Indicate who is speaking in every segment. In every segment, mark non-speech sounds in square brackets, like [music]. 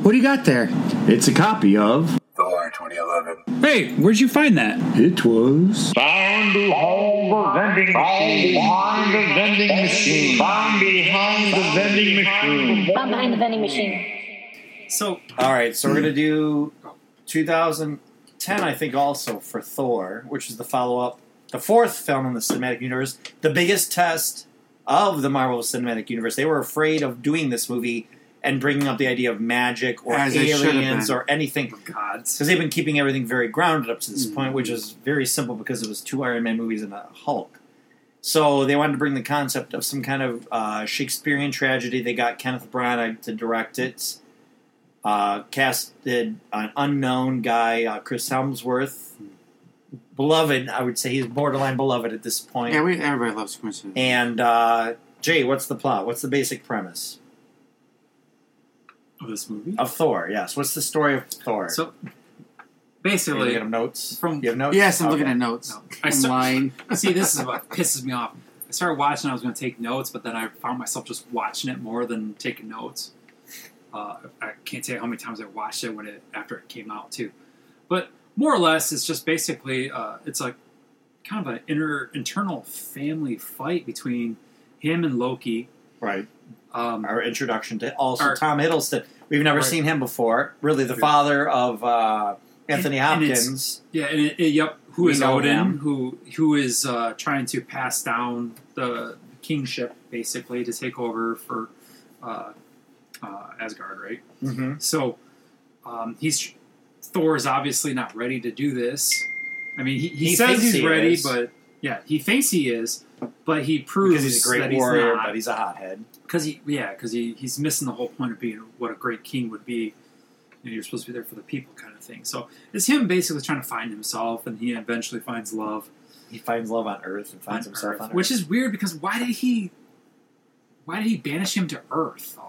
Speaker 1: What do you got there?
Speaker 2: It's a copy of.
Speaker 3: Thor 2011.
Speaker 4: Hey, where'd you find that?
Speaker 2: It was.
Speaker 5: Found behind the vending machine. Found behind the vending machine. Found behind the vending machine.
Speaker 6: I'm behind the vending machine.
Speaker 7: So,
Speaker 8: All right, so we're
Speaker 9: Hmm.
Speaker 8: gonna do 2010, I think, also for Thor, which is the follow-up, the fourth film in the cinematic universe, the biggest test of the Marvel Cinematic Universe. They were afraid of doing this movie and bringing up the idea of magic or
Speaker 9: As they should have
Speaker 8: aliens
Speaker 9: been.
Speaker 8: or anything.
Speaker 7: gods.
Speaker 8: Because they've been keeping everything very grounded up to this
Speaker 9: Hmm.
Speaker 8: point, which is very simple because it was two Iron Man movies and a Hulk. So they wanted to bring the concept of some kind of uh, Shakespearean tragedy. They got Kenneth Branagh to direct it. Uh, casted an unknown guy, uh, Chris Helmsworth, beloved. I would say he's borderline beloved at this point.
Speaker 9: Yeah, we, everybody loves Chris. Hemsworth.
Speaker 8: And uh, Jay, what's the plot? What's the basic premise
Speaker 7: Of this movie.
Speaker 8: of Thor? Yes, what's the story of Thor?
Speaker 7: So,
Speaker 8: you looking
Speaker 7: basically,
Speaker 8: at notes?
Speaker 7: from-
Speaker 8: you have notes?
Speaker 9: Yes, I'm looking
Speaker 8: Okay.
Speaker 9: at notes.
Speaker 7: No. I
Speaker 9: I'm
Speaker 7: cer-
Speaker 9: lying.
Speaker 7: See, this is what pisses me off. I started watching. I was going to take notes, but then I found myself just watching it more than taking notes. Uh, I can't tell you how many times I watched it when it after it came out too. But more or less, it's just basically uh, it's a kind of an inner internal family fight between him and Loki.
Speaker 8: Right.
Speaker 7: Um,
Speaker 8: Our introduction to also
Speaker 7: Our-
Speaker 8: Tom Hiddleston. We've never
Speaker 7: Right.
Speaker 8: seen him before. Really, the
Speaker 7: Yeah.
Speaker 8: father of uh, Anthony
Speaker 7: And- and it's-
Speaker 8: Hopkins.
Speaker 7: Yeah, and it, it- yep, who
Speaker 8: We
Speaker 7: is
Speaker 8: know
Speaker 7: Odin?
Speaker 8: him.
Speaker 7: Who who is uh, trying to pass down the kingship basically to take over for uh, uh, Asgard, right?
Speaker 8: hmm
Speaker 7: So um, he's Thor is obviously not ready to do this. I mean, he, he,
Speaker 8: He
Speaker 7: says
Speaker 8: thinks
Speaker 7: he's
Speaker 8: he
Speaker 7: ready,
Speaker 8: is.
Speaker 7: but yeah, he thinks he is, but he proves
Speaker 8: Because he's a
Speaker 7: that
Speaker 8: great
Speaker 7: he's
Speaker 8: warrior,
Speaker 7: not
Speaker 8: but he's a hothead.
Speaker 7: because he yeah because he, he's missing the whole point of being what a great king would be you know, you're supposed to be there for the people kind of thing so it's him basically trying to find himself and he eventually finds love
Speaker 8: He finds love on Earth and finds
Speaker 7: on
Speaker 8: himself
Speaker 7: Earth,
Speaker 8: on Earth.
Speaker 7: which is weird because why did he why did he banish him to earth though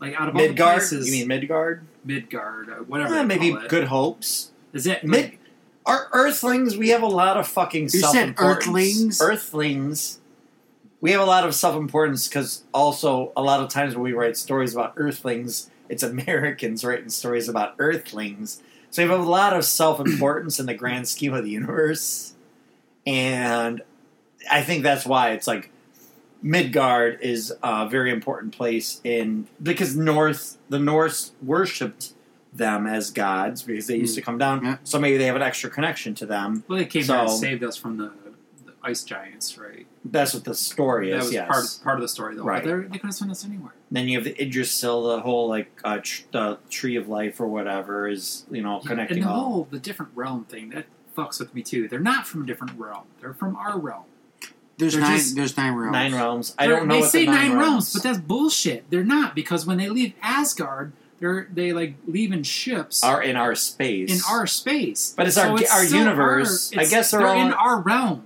Speaker 7: like out of all
Speaker 8: Midgard.
Speaker 7: the places
Speaker 8: You mean Midgard?
Speaker 7: midgard uh, whatever
Speaker 8: Eh,
Speaker 7: they
Speaker 8: maybe
Speaker 7: call it.
Speaker 8: Good Hopes.
Speaker 7: is that
Speaker 8: Mid- Our Earthlings, we have a lot of fucking.
Speaker 9: You said
Speaker 8: self-importance.
Speaker 9: Earthlings?
Speaker 8: Earthlings. We have a lot of self-importance because also a lot of times when we write stories about Earthlings, it's Americans writing stories about Earthlings. So we have a lot of self-importance in the grand scheme of the universe, and I think that's why it's like Midgard is a very important place in because North the Norse worshipped them as gods because they used
Speaker 7: Hmm.
Speaker 8: to come down.
Speaker 9: Yeah.
Speaker 8: So maybe they have an extra connection to them.
Speaker 7: well they came here and
Speaker 8: So-
Speaker 7: saved us from the, the ice giants right
Speaker 8: That's what the story
Speaker 7: that
Speaker 8: is.
Speaker 7: was
Speaker 8: yes.
Speaker 7: part of, part of the story though
Speaker 8: Right.
Speaker 7: but they're- they could have sent us anywhere
Speaker 8: then you have the Idrisil, the whole like uh, tr- the tree of life or whatever is you know
Speaker 7: Yeah,
Speaker 8: connecting
Speaker 7: and the
Speaker 8: all.
Speaker 7: whole the different realm thing that fucks with me too. They're not from a different realm. They're from our realm.
Speaker 9: There's
Speaker 7: They're
Speaker 9: nine.
Speaker 7: just-
Speaker 9: There's nine realms.
Speaker 8: Nine realms. I
Speaker 7: They're-
Speaker 8: don't know.
Speaker 7: They
Speaker 8: what
Speaker 7: say
Speaker 8: the nine,
Speaker 7: nine but that's bullshit. They're not because when they leave Asgard, they're they like leaving ships
Speaker 8: are in our space.
Speaker 7: in our space.
Speaker 8: But it's
Speaker 7: So
Speaker 8: our- our
Speaker 7: still
Speaker 8: universe.
Speaker 7: our-
Speaker 8: I
Speaker 7: it's-
Speaker 8: guess they're
Speaker 7: they're
Speaker 8: all-
Speaker 7: in our realm.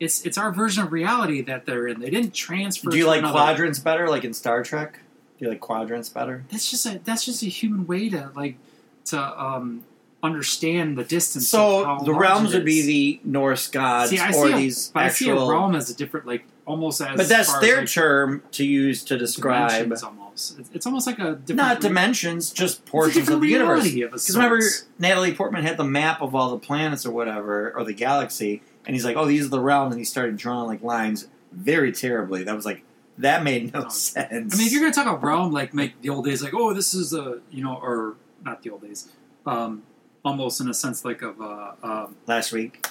Speaker 7: It's it's our version of reality that they're in. They didn't transfer.
Speaker 8: Do you
Speaker 7: to
Speaker 8: like
Speaker 7: another-
Speaker 8: quadrants better, like in Star Trek? Do you like quadrants better?
Speaker 7: That's just a that's just a human way to like to um understand the distance. of
Speaker 8: So
Speaker 7: how
Speaker 8: the
Speaker 7: large
Speaker 8: realms
Speaker 7: it
Speaker 8: would be
Speaker 7: is.
Speaker 8: the Norse gods
Speaker 7: See, I
Speaker 8: or
Speaker 7: see a-
Speaker 8: these
Speaker 7: but I see a
Speaker 8: actual.
Speaker 7: realm as a different, like almost as.
Speaker 8: but that's
Speaker 7: far
Speaker 8: their
Speaker 7: as, like,
Speaker 8: term to use to describe
Speaker 7: dimensions almost. It's, it's almost like a different
Speaker 8: not
Speaker 7: re-
Speaker 8: dimensions, just
Speaker 7: it's a
Speaker 8: portions
Speaker 7: different
Speaker 8: of the universe.
Speaker 7: reality of a
Speaker 8: Because remember,
Speaker 7: sorts.
Speaker 8: Natalie Portman had the map of all the planets or whatever, or the galaxy, and he's like, "Oh, these are the realms," and he started drawing like lines very terribly. That was like that made no
Speaker 7: No.
Speaker 8: sense.
Speaker 7: I mean, if you're gonna talk about realm, like make the old days, like oh, this is a you know, or not the old days, um, almost in a sense like of uh, um,
Speaker 8: last week,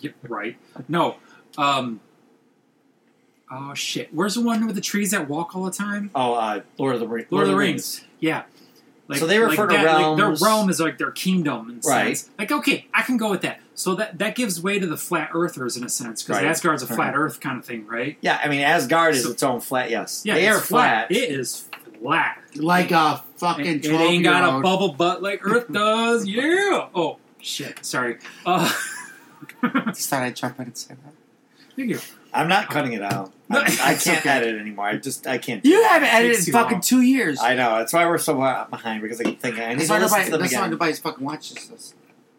Speaker 7: yeah, right? No, um, oh shit, where's the one with the trees that walk all the time?
Speaker 8: oh, uh, Lord of the Rings,
Speaker 7: Lord of the Rings. Yeah. Like,
Speaker 8: So they refer to
Speaker 7: like that, like,
Speaker 8: realms-
Speaker 7: their realm is like their kingdom, in a
Speaker 8: Right.
Speaker 7: sense. Like, okay, I can go with that. So that that gives way to the flat earthers in a sense, because
Speaker 8: Right.
Speaker 7: Asgard's a flat
Speaker 8: Right.
Speaker 7: Earth kind of thing, right?
Speaker 8: Yeah, I mean, Asgard is
Speaker 7: So-
Speaker 8: its own flat. Yes,
Speaker 7: Yeah,
Speaker 8: they
Speaker 7: it's
Speaker 8: are flat.
Speaker 7: It is flat.
Speaker 9: Like a
Speaker 7: It,
Speaker 9: fucking
Speaker 7: it
Speaker 9: twelve
Speaker 7: ain't
Speaker 9: year
Speaker 7: got a
Speaker 9: old.
Speaker 7: bubble butt
Speaker 8: [laughs]
Speaker 7: like Earth does. Yeah. Oh shit. Sorry. Uh, [laughs]
Speaker 9: Just thought I'd jump in and say that.
Speaker 7: thank you.
Speaker 8: I'm not cutting it out.
Speaker 7: No,
Speaker 8: I, I
Speaker 9: it's
Speaker 8: can't
Speaker 9: okay.
Speaker 8: edit anymore. I just I can't.
Speaker 9: You haven't edited
Speaker 7: Takes
Speaker 9: in
Speaker 7: too
Speaker 9: fucking
Speaker 7: long.
Speaker 9: two years.
Speaker 8: I know. That's why we're so far behind because I keep thinking I need
Speaker 9: that's
Speaker 8: to
Speaker 9: why
Speaker 8: listen
Speaker 9: nobody.
Speaker 8: to them
Speaker 9: That's why
Speaker 8: again.
Speaker 9: nobody fucking watches this.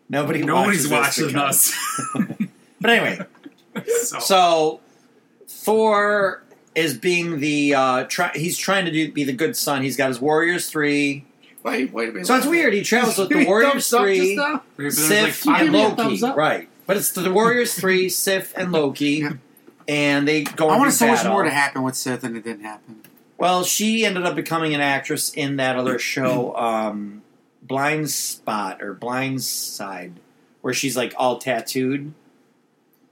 Speaker 8: Nobody
Speaker 7: Nobody's
Speaker 8: watches this
Speaker 7: watching
Speaker 8: because-
Speaker 7: us.
Speaker 8: But anyway,
Speaker 7: [laughs] so,
Speaker 8: So Thor is being the uh, try- he's trying to do, be the good son. He's got his warriors three.
Speaker 9: Wait, wait a minute.
Speaker 8: So it's weird. He
Speaker 7: [laughs]
Speaker 8: travels with
Speaker 9: [laughs] Give
Speaker 8: the
Speaker 9: me
Speaker 8: Warriors
Speaker 9: thumbs up
Speaker 8: three,
Speaker 9: just now?
Speaker 7: There- there's like
Speaker 8: Sif,
Speaker 7: five
Speaker 8: and
Speaker 9: Give me a
Speaker 8: Loki.
Speaker 9: thumbs up.
Speaker 8: Right, but it's the Warriors three, Sif, and
Speaker 9: [laughs]
Speaker 8: Loki, and they go.
Speaker 9: I
Speaker 8: want to
Speaker 9: so much more to happen with Sith than it didn't happen.
Speaker 8: Well, she ended up becoming an actress in that
Speaker 7: [clears throat]
Speaker 8: other show, um, Blind Spot or Blind Side, where she's like all tattooed.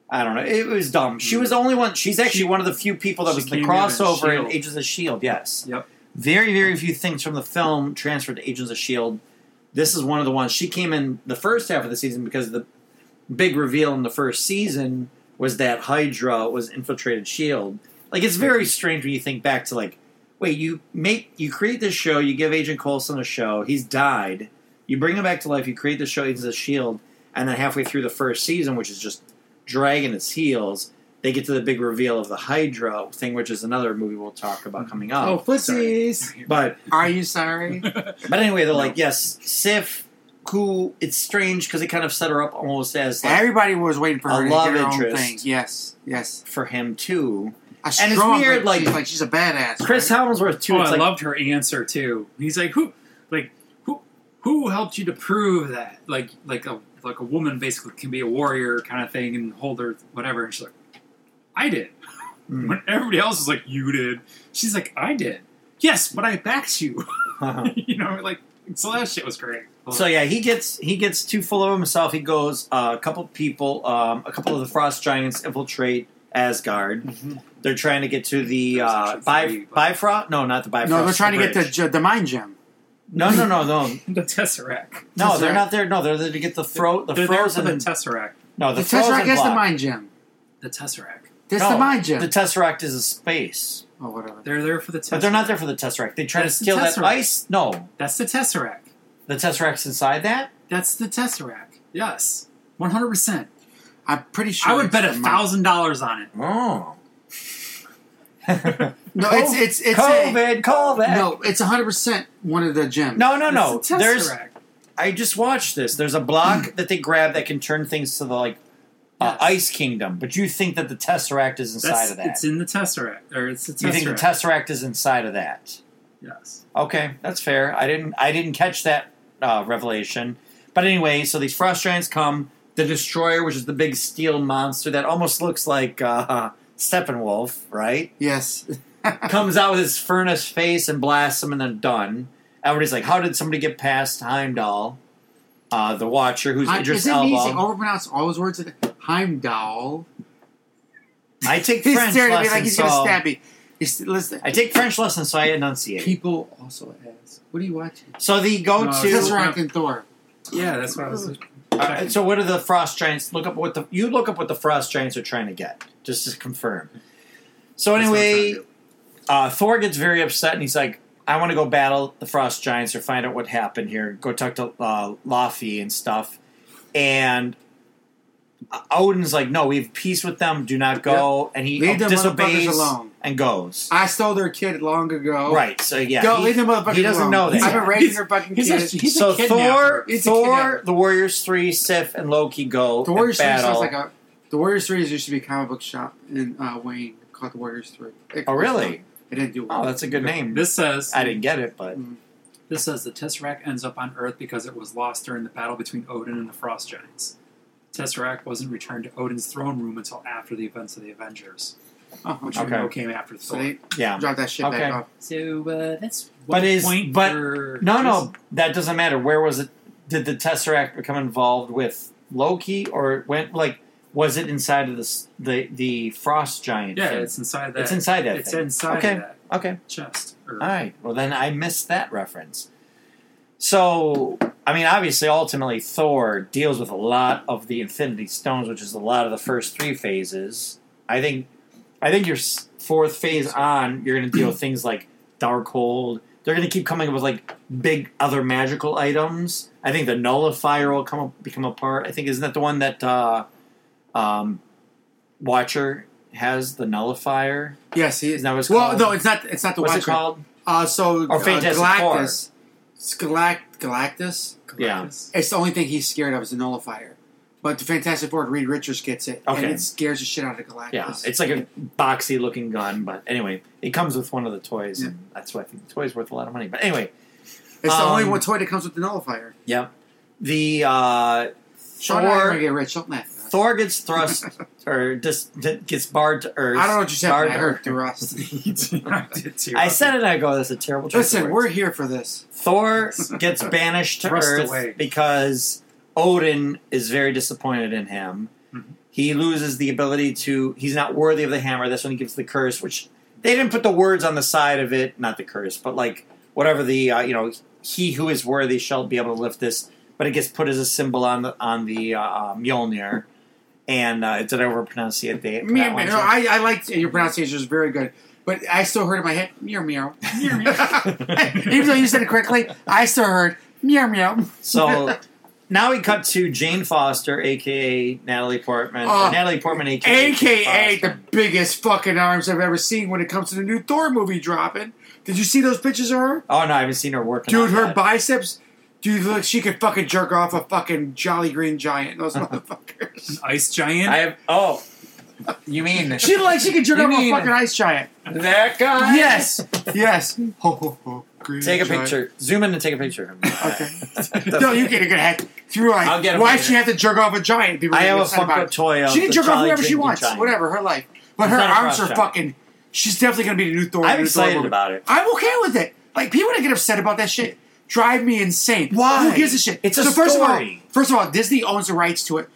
Speaker 8: I don't know. It was dumb. She was the only one. She's actually one of the few people that
Speaker 7: Hmm. she
Speaker 8: was the
Speaker 7: came in as
Speaker 8: crossover in
Speaker 7: S.H.I.E.L.D..
Speaker 8: Agents of Shield. E Yes.
Speaker 7: E Yep.
Speaker 8: Very, very few things from the film transferred to Agents of Shield. E This is one of the ones. She came in the first half of the season because the big reveal in the first season was that Hydra was infiltrated Shield. E Like it's very strange when you think back to like, wait, you make you create this show, you give Agent Coulson a show, he's died, you bring him back to life, you create the show Agents of Shield, and then halfway through the first season, which is just dragging its heels, they get to the big reveal of the Hydra thing, which is another movie we'll talk
Speaker 7: Mm-hmm.
Speaker 8: about coming up.
Speaker 9: Oh, pussies.
Speaker 8: But
Speaker 9: Are you sorry?
Speaker 8: but anyway, they're like, yes, Sif, who it's strange because they kind of set her up almost as like,
Speaker 9: [laughs] Everybody was waiting for
Speaker 8: A
Speaker 9: her to
Speaker 8: love
Speaker 9: get her own
Speaker 8: interest.
Speaker 9: thing. Yes, yes.
Speaker 8: for him too.
Speaker 9: A
Speaker 8: And it's
Speaker 9: strong-
Speaker 8: weird, like-
Speaker 9: she's like she's a badass.
Speaker 8: Chris
Speaker 9: right?
Speaker 8: Hemsworth too.
Speaker 7: oh,
Speaker 8: it's
Speaker 7: I
Speaker 8: like, [laughs]
Speaker 7: loved her answer too. He's like, who, like, who, who helped you to prove that? Like, like a like a woman basically can be a warrior kind of thing and hold her whatever. And she's like, I did.
Speaker 8: Mm.
Speaker 7: When everybody else is like, you did. She's like, I did. Yes, but I backed you. [laughs]
Speaker 8: uh-huh.
Speaker 7: you know, like so that shit was great.
Speaker 8: So yeah, he gets he gets too full of himself. He goes. Uh, a couple people, um, a couple of the frost giants infiltrate Asgard. They're trying to get to the
Speaker 7: There's
Speaker 8: uh,
Speaker 7: actually
Speaker 8: bi-
Speaker 7: three, but-
Speaker 8: Bifrost. No, not the Bifrost.
Speaker 9: No, they're trying to get
Speaker 8: bridge.
Speaker 9: the ju- the mind gem.
Speaker 8: No, no, no, no,
Speaker 7: [laughs] the Tesseract.
Speaker 8: no. They're
Speaker 9: Tesseract.
Speaker 8: not there. No, they're there to get the fro the
Speaker 7: They're there for
Speaker 8: frozen.
Speaker 7: the Tesseract.
Speaker 8: no,
Speaker 9: The
Speaker 8: the,
Speaker 9: Tesseract
Speaker 8: frozen
Speaker 9: is the
Speaker 8: block.
Speaker 9: mind gem.
Speaker 7: The Tesseract.
Speaker 9: That's
Speaker 8: No,
Speaker 9: the mind gem.
Speaker 8: The tesseract is a space,
Speaker 9: oh, whatever.
Speaker 7: They're there for the Tesseract.
Speaker 8: but they're not there for the tesseract. They try
Speaker 7: That's
Speaker 8: to
Speaker 7: the
Speaker 8: steal that
Speaker 7: Tesseract.
Speaker 8: ice. No,
Speaker 7: That's the Tesseract.
Speaker 8: the tesseract's inside that.
Speaker 7: That's the Tesseract. Yes, one hundred percent.
Speaker 9: I'm pretty sure.
Speaker 7: I would
Speaker 9: it's
Speaker 7: bet a
Speaker 9: the mind-
Speaker 7: thousand dollars on it.
Speaker 8: [laughs] Oh,
Speaker 9: No, it's it's it's a,
Speaker 8: COVID, call that.
Speaker 9: no, it's hundred percent one of the gems.
Speaker 8: no, no, no.
Speaker 7: It's the
Speaker 8: There's
Speaker 7: Tesseract.
Speaker 8: I just watched this. There's a
Speaker 9: Hmm.
Speaker 8: block that they grab that can turn things to the like uh,
Speaker 7: Yes.
Speaker 8: ice kingdom, but you think that the tesseract is inside
Speaker 7: That's,
Speaker 8: of that.
Speaker 7: It's in the Tesseract, or it's the Tesseract.
Speaker 8: you think the tesseract is inside of that?
Speaker 7: yes.
Speaker 8: Okay, that's fair. I didn't I didn't catch that uh, revelation. But anyway, so these frost giants come. The destroyer, which is the big steel monster that almost looks like uh, Steppenwolf,
Speaker 9: [laughs]
Speaker 8: right?
Speaker 9: Yes.
Speaker 8: comes out with his furnace face and blasts him, and then done. Everybody's like, "How did somebody get past Heimdall, uh, the Watcher, who's
Speaker 9: I,
Speaker 8: Idris
Speaker 9: is it me
Speaker 8: Elba?"
Speaker 9: to overpronounce all those words? Heimdall.
Speaker 8: I take
Speaker 9: He's
Speaker 8: French
Speaker 9: staring at me
Speaker 8: lessons.
Speaker 9: like he's
Speaker 8: so
Speaker 9: going to stab me. He's, listen,
Speaker 8: I take French lessons, so I enunciate.
Speaker 9: people also ask, "What are you watching?"
Speaker 8: So they go
Speaker 7: No,
Speaker 8: to.
Speaker 7: it's-
Speaker 9: Tesseract and Thor.
Speaker 7: Yeah, that's what I was.
Speaker 8: Uh, so what are the frost giants? Look up what the you look up what the frost giants are trying to get, just to confirm. So
Speaker 7: That's what I'm
Speaker 8: anyway,
Speaker 7: trying to
Speaker 8: uh, Thor gets very upset, and he's like, "I want to go battle the frost giants or find out what happened here. Go talk to uh, Laffy and stuff." And uh, Odin's like, "No, we have peace with them. Do not go." And he
Speaker 9: Leave them
Speaker 8: disobeys
Speaker 9: motherfuckers alone.
Speaker 8: and goes.
Speaker 9: I stole their kid long ago.
Speaker 8: right. So yeah,
Speaker 9: Go
Speaker 8: he-
Speaker 9: leave them motherfuckers
Speaker 8: he doesn't
Speaker 9: alone.
Speaker 8: know that.
Speaker 9: I've been raising her fucking
Speaker 7: he's
Speaker 9: kid.
Speaker 7: a- he's
Speaker 8: so Thor,
Speaker 7: kidnapper.
Speaker 9: He's a
Speaker 8: Thor,
Speaker 9: kidnapper.
Speaker 8: the Warriors three, Sif, and Loki go.
Speaker 9: the Warriors
Speaker 8: and
Speaker 9: series
Speaker 8: battle.
Speaker 9: sounds like a. The Warriors series used to be a comic book shop in uh, Wayne called the Warriors Three. It- uh,
Speaker 8: Oh, really?
Speaker 9: It didn't do well.
Speaker 8: Oh, that's a good name.
Speaker 7: This says
Speaker 8: I didn't get it, but
Speaker 7: this says the Tesseract ends up on Earth because it was lost during the battle between Odin and the Frost Giants. Tesseract wasn't returned to Odin's throne room until after the events of the Avengers,
Speaker 9: Oh,
Speaker 7: which
Speaker 8: Okay.
Speaker 7: we know came after
Speaker 9: So
Speaker 7: Thor.
Speaker 9: they
Speaker 8: yeah.
Speaker 9: dropped that shit
Speaker 8: Okay.
Speaker 9: back off.
Speaker 7: So uh, that's
Speaker 8: But
Speaker 7: one
Speaker 8: is-
Speaker 7: point
Speaker 8: but-
Speaker 7: for
Speaker 8: No, no, that doesn't matter. Where was it? Did the Tesseract become involved with Loki, or it went like was it inside of the s- the the Frost Giant?
Speaker 7: Yeah,
Speaker 8: thing?
Speaker 7: it's inside that.
Speaker 8: It's inside that.
Speaker 7: It's
Speaker 8: thing.
Speaker 7: inside
Speaker 8: Okay.
Speaker 7: of that
Speaker 8: Okay.
Speaker 7: chest. Or,
Speaker 8: All right. Well, then I missed that reference. So, I mean, obviously, ultimately, Thor deals with a lot of the Infinity Stones, which is a lot of the first three phases. I think, I think your s- fourth phase on, you're going to deal with things like Darkhold. They're going to keep coming up with like big other magical items. I think the Nullifier will come up, become a part. I think isn't that the one that uh, um, Watcher has the Nullifier?
Speaker 9: Yes, he
Speaker 8: Is that what it's
Speaker 9: well,
Speaker 8: called?
Speaker 9: no, it's not. It's not the
Speaker 8: What's it
Speaker 9: Watcher.
Speaker 8: called?
Speaker 9: Uh, so
Speaker 8: Or
Speaker 9: uh,
Speaker 8: Fantastic
Speaker 9: Galactus, Galact- Galactus.
Speaker 8: Yeah.
Speaker 9: It's the only thing he's scared of is the nullifier. But the Fantastic Four, Reed Richards gets it,
Speaker 8: Okay.
Speaker 9: and it scares the shit out of Galactus.
Speaker 8: Yeah, it's like a boxy looking gun, but anyway, it comes with one of the toys, and that's why I think the toy's worth a lot of money. But anyway,
Speaker 9: It's the only
Speaker 8: Um,
Speaker 9: one toy that comes with the nullifier.
Speaker 8: Yep. The uh,
Speaker 9: Sean and I are gonna
Speaker 8: Thor,
Speaker 9: get rich. Don't laugh. at us.
Speaker 8: Thor gets thrust or dis, gets barred to Earth.
Speaker 9: I don't know what you said. but
Speaker 8: Barred
Speaker 9: I
Speaker 8: to
Speaker 9: heard the
Speaker 8: Earth. [laughs]
Speaker 9: rest.
Speaker 7: [laughs] I did too.
Speaker 8: I said it. I go. That's a terrible. choice of
Speaker 9: Listen,
Speaker 8: words.
Speaker 9: we're here for this.
Speaker 8: Thor
Speaker 7: [laughs]
Speaker 8: gets banished to
Speaker 7: Thrust
Speaker 8: Earth
Speaker 7: away.
Speaker 8: because Odin is very disappointed in him.
Speaker 7: Mhm.
Speaker 8: He loses the ability to. He's not worthy of the hammer. That's when he gives the curse, which they didn't put the words on the side of it. Not the curse, but like whatever the uh, you know he who is worthy shall be able to lift this. But it gets put as a symbol on the on the uh, uh, Mjolnir. And uh, did I overpronounce it? They,
Speaker 9: Me,
Speaker 8: that one,
Speaker 9: no,
Speaker 8: too?
Speaker 9: I, I liked your pronunciation is very good, but I still heard in my head meow
Speaker 8: [laughs]
Speaker 9: meow. meow, meow." [laughs] Even though you said it correctly, I still heard meow meow. [laughs]
Speaker 8: So now we cut to Jane Foster, aka Natalie Portman.
Speaker 9: Uh,
Speaker 8: Natalie Portman, aka,
Speaker 9: AKA
Speaker 8: Jane
Speaker 9: the
Speaker 8: Foster.
Speaker 9: biggest fucking arms I've ever seen when it comes to the new Thor movie dropping. Did you see those pictures of her?
Speaker 8: Oh no, I haven't seen her working.
Speaker 9: Dude,
Speaker 8: on
Speaker 9: her
Speaker 8: that.
Speaker 9: biceps. Dude, look, she could fucking jerk off a fucking Jolly Green Giant.
Speaker 8: [laughs]
Speaker 9: Those motherfuckers. [laughs]
Speaker 7: Ice Giant.
Speaker 8: I have. Oh, you mean
Speaker 9: she like she could jerk
Speaker 8: You
Speaker 9: off
Speaker 8: mean-
Speaker 9: a fucking ice giant.
Speaker 8: that guy?
Speaker 9: [laughs] Yes, yes. [laughs] Ho ho ho. Green
Speaker 8: Take a
Speaker 9: giant.
Speaker 8: picture. Zoom in and take a picture.
Speaker 9: Okay.
Speaker 8: [laughs]
Speaker 9: no, you get a good head. You're right.
Speaker 8: I'll get him
Speaker 9: Why
Speaker 8: later.
Speaker 9: she have to jerk off a giant? People
Speaker 8: I
Speaker 9: get
Speaker 8: have a
Speaker 9: upset about
Speaker 8: fucked up
Speaker 9: it.
Speaker 8: toy. Of
Speaker 9: She can
Speaker 8: the
Speaker 9: jerk off
Speaker 8: Jolly
Speaker 9: whoever she
Speaker 8: Drinking
Speaker 9: wants.
Speaker 8: Giant.
Speaker 9: Whatever her life, but her
Speaker 8: not a
Speaker 9: arms
Speaker 8: cross
Speaker 9: are
Speaker 8: shot.
Speaker 9: fucking. She's definitely gonna be the new Thor.
Speaker 8: I'm
Speaker 9: new Thor
Speaker 8: excited
Speaker 9: movie.
Speaker 8: about it.
Speaker 9: I'm okay with it. Like people that get upset about that shit drive me insane.
Speaker 8: Why?
Speaker 9: Who gives a shit?
Speaker 8: It's a
Speaker 9: so first
Speaker 8: story.
Speaker 9: of all, first of all, Disney owns the rights to it.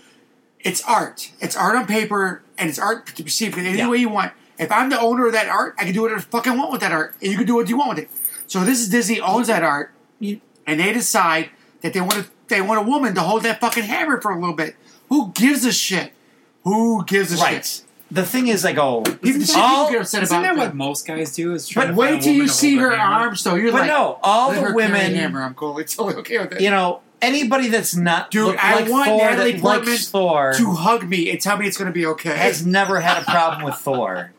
Speaker 9: It's art. It's art on paper, and it's art to perceive in any
Speaker 8: Yeah.
Speaker 9: way you want. If I'm the owner of that art, I can do whatever the fuck I want with that art, and you can do what you want with it. So this is Disney owns that art, and they decide that they want to, they want a woman to hold that fucking hammer for a little bit. Who gives a shit? Who gives a
Speaker 8: Right.
Speaker 9: shit?
Speaker 8: The thing is, like, oh,
Speaker 9: People, shit
Speaker 8: all,
Speaker 9: people get upset
Speaker 7: Isn't
Speaker 9: about
Speaker 7: that
Speaker 9: that.
Speaker 7: what most guys do? Is try
Speaker 9: But
Speaker 7: to
Speaker 9: wait
Speaker 7: find a
Speaker 9: till
Speaker 7: woman
Speaker 9: you
Speaker 7: to
Speaker 9: see
Speaker 7: hold
Speaker 9: her
Speaker 7: their hammer?
Speaker 9: arms, though. You're
Speaker 8: but
Speaker 9: like,
Speaker 8: no, all
Speaker 9: let
Speaker 8: the
Speaker 9: her carry a hammer.
Speaker 8: women,
Speaker 9: I'm cool. It's totally okay with that.
Speaker 8: you know, anybody that's not
Speaker 9: Dude,
Speaker 8: look
Speaker 9: I
Speaker 8: like
Speaker 9: want
Speaker 8: Thor,
Speaker 9: Natalie
Speaker 8: that
Speaker 9: Portman
Speaker 8: likes Thor,
Speaker 9: to hug me and tell me it's going to be okay.
Speaker 8: has never had a problem with Thor.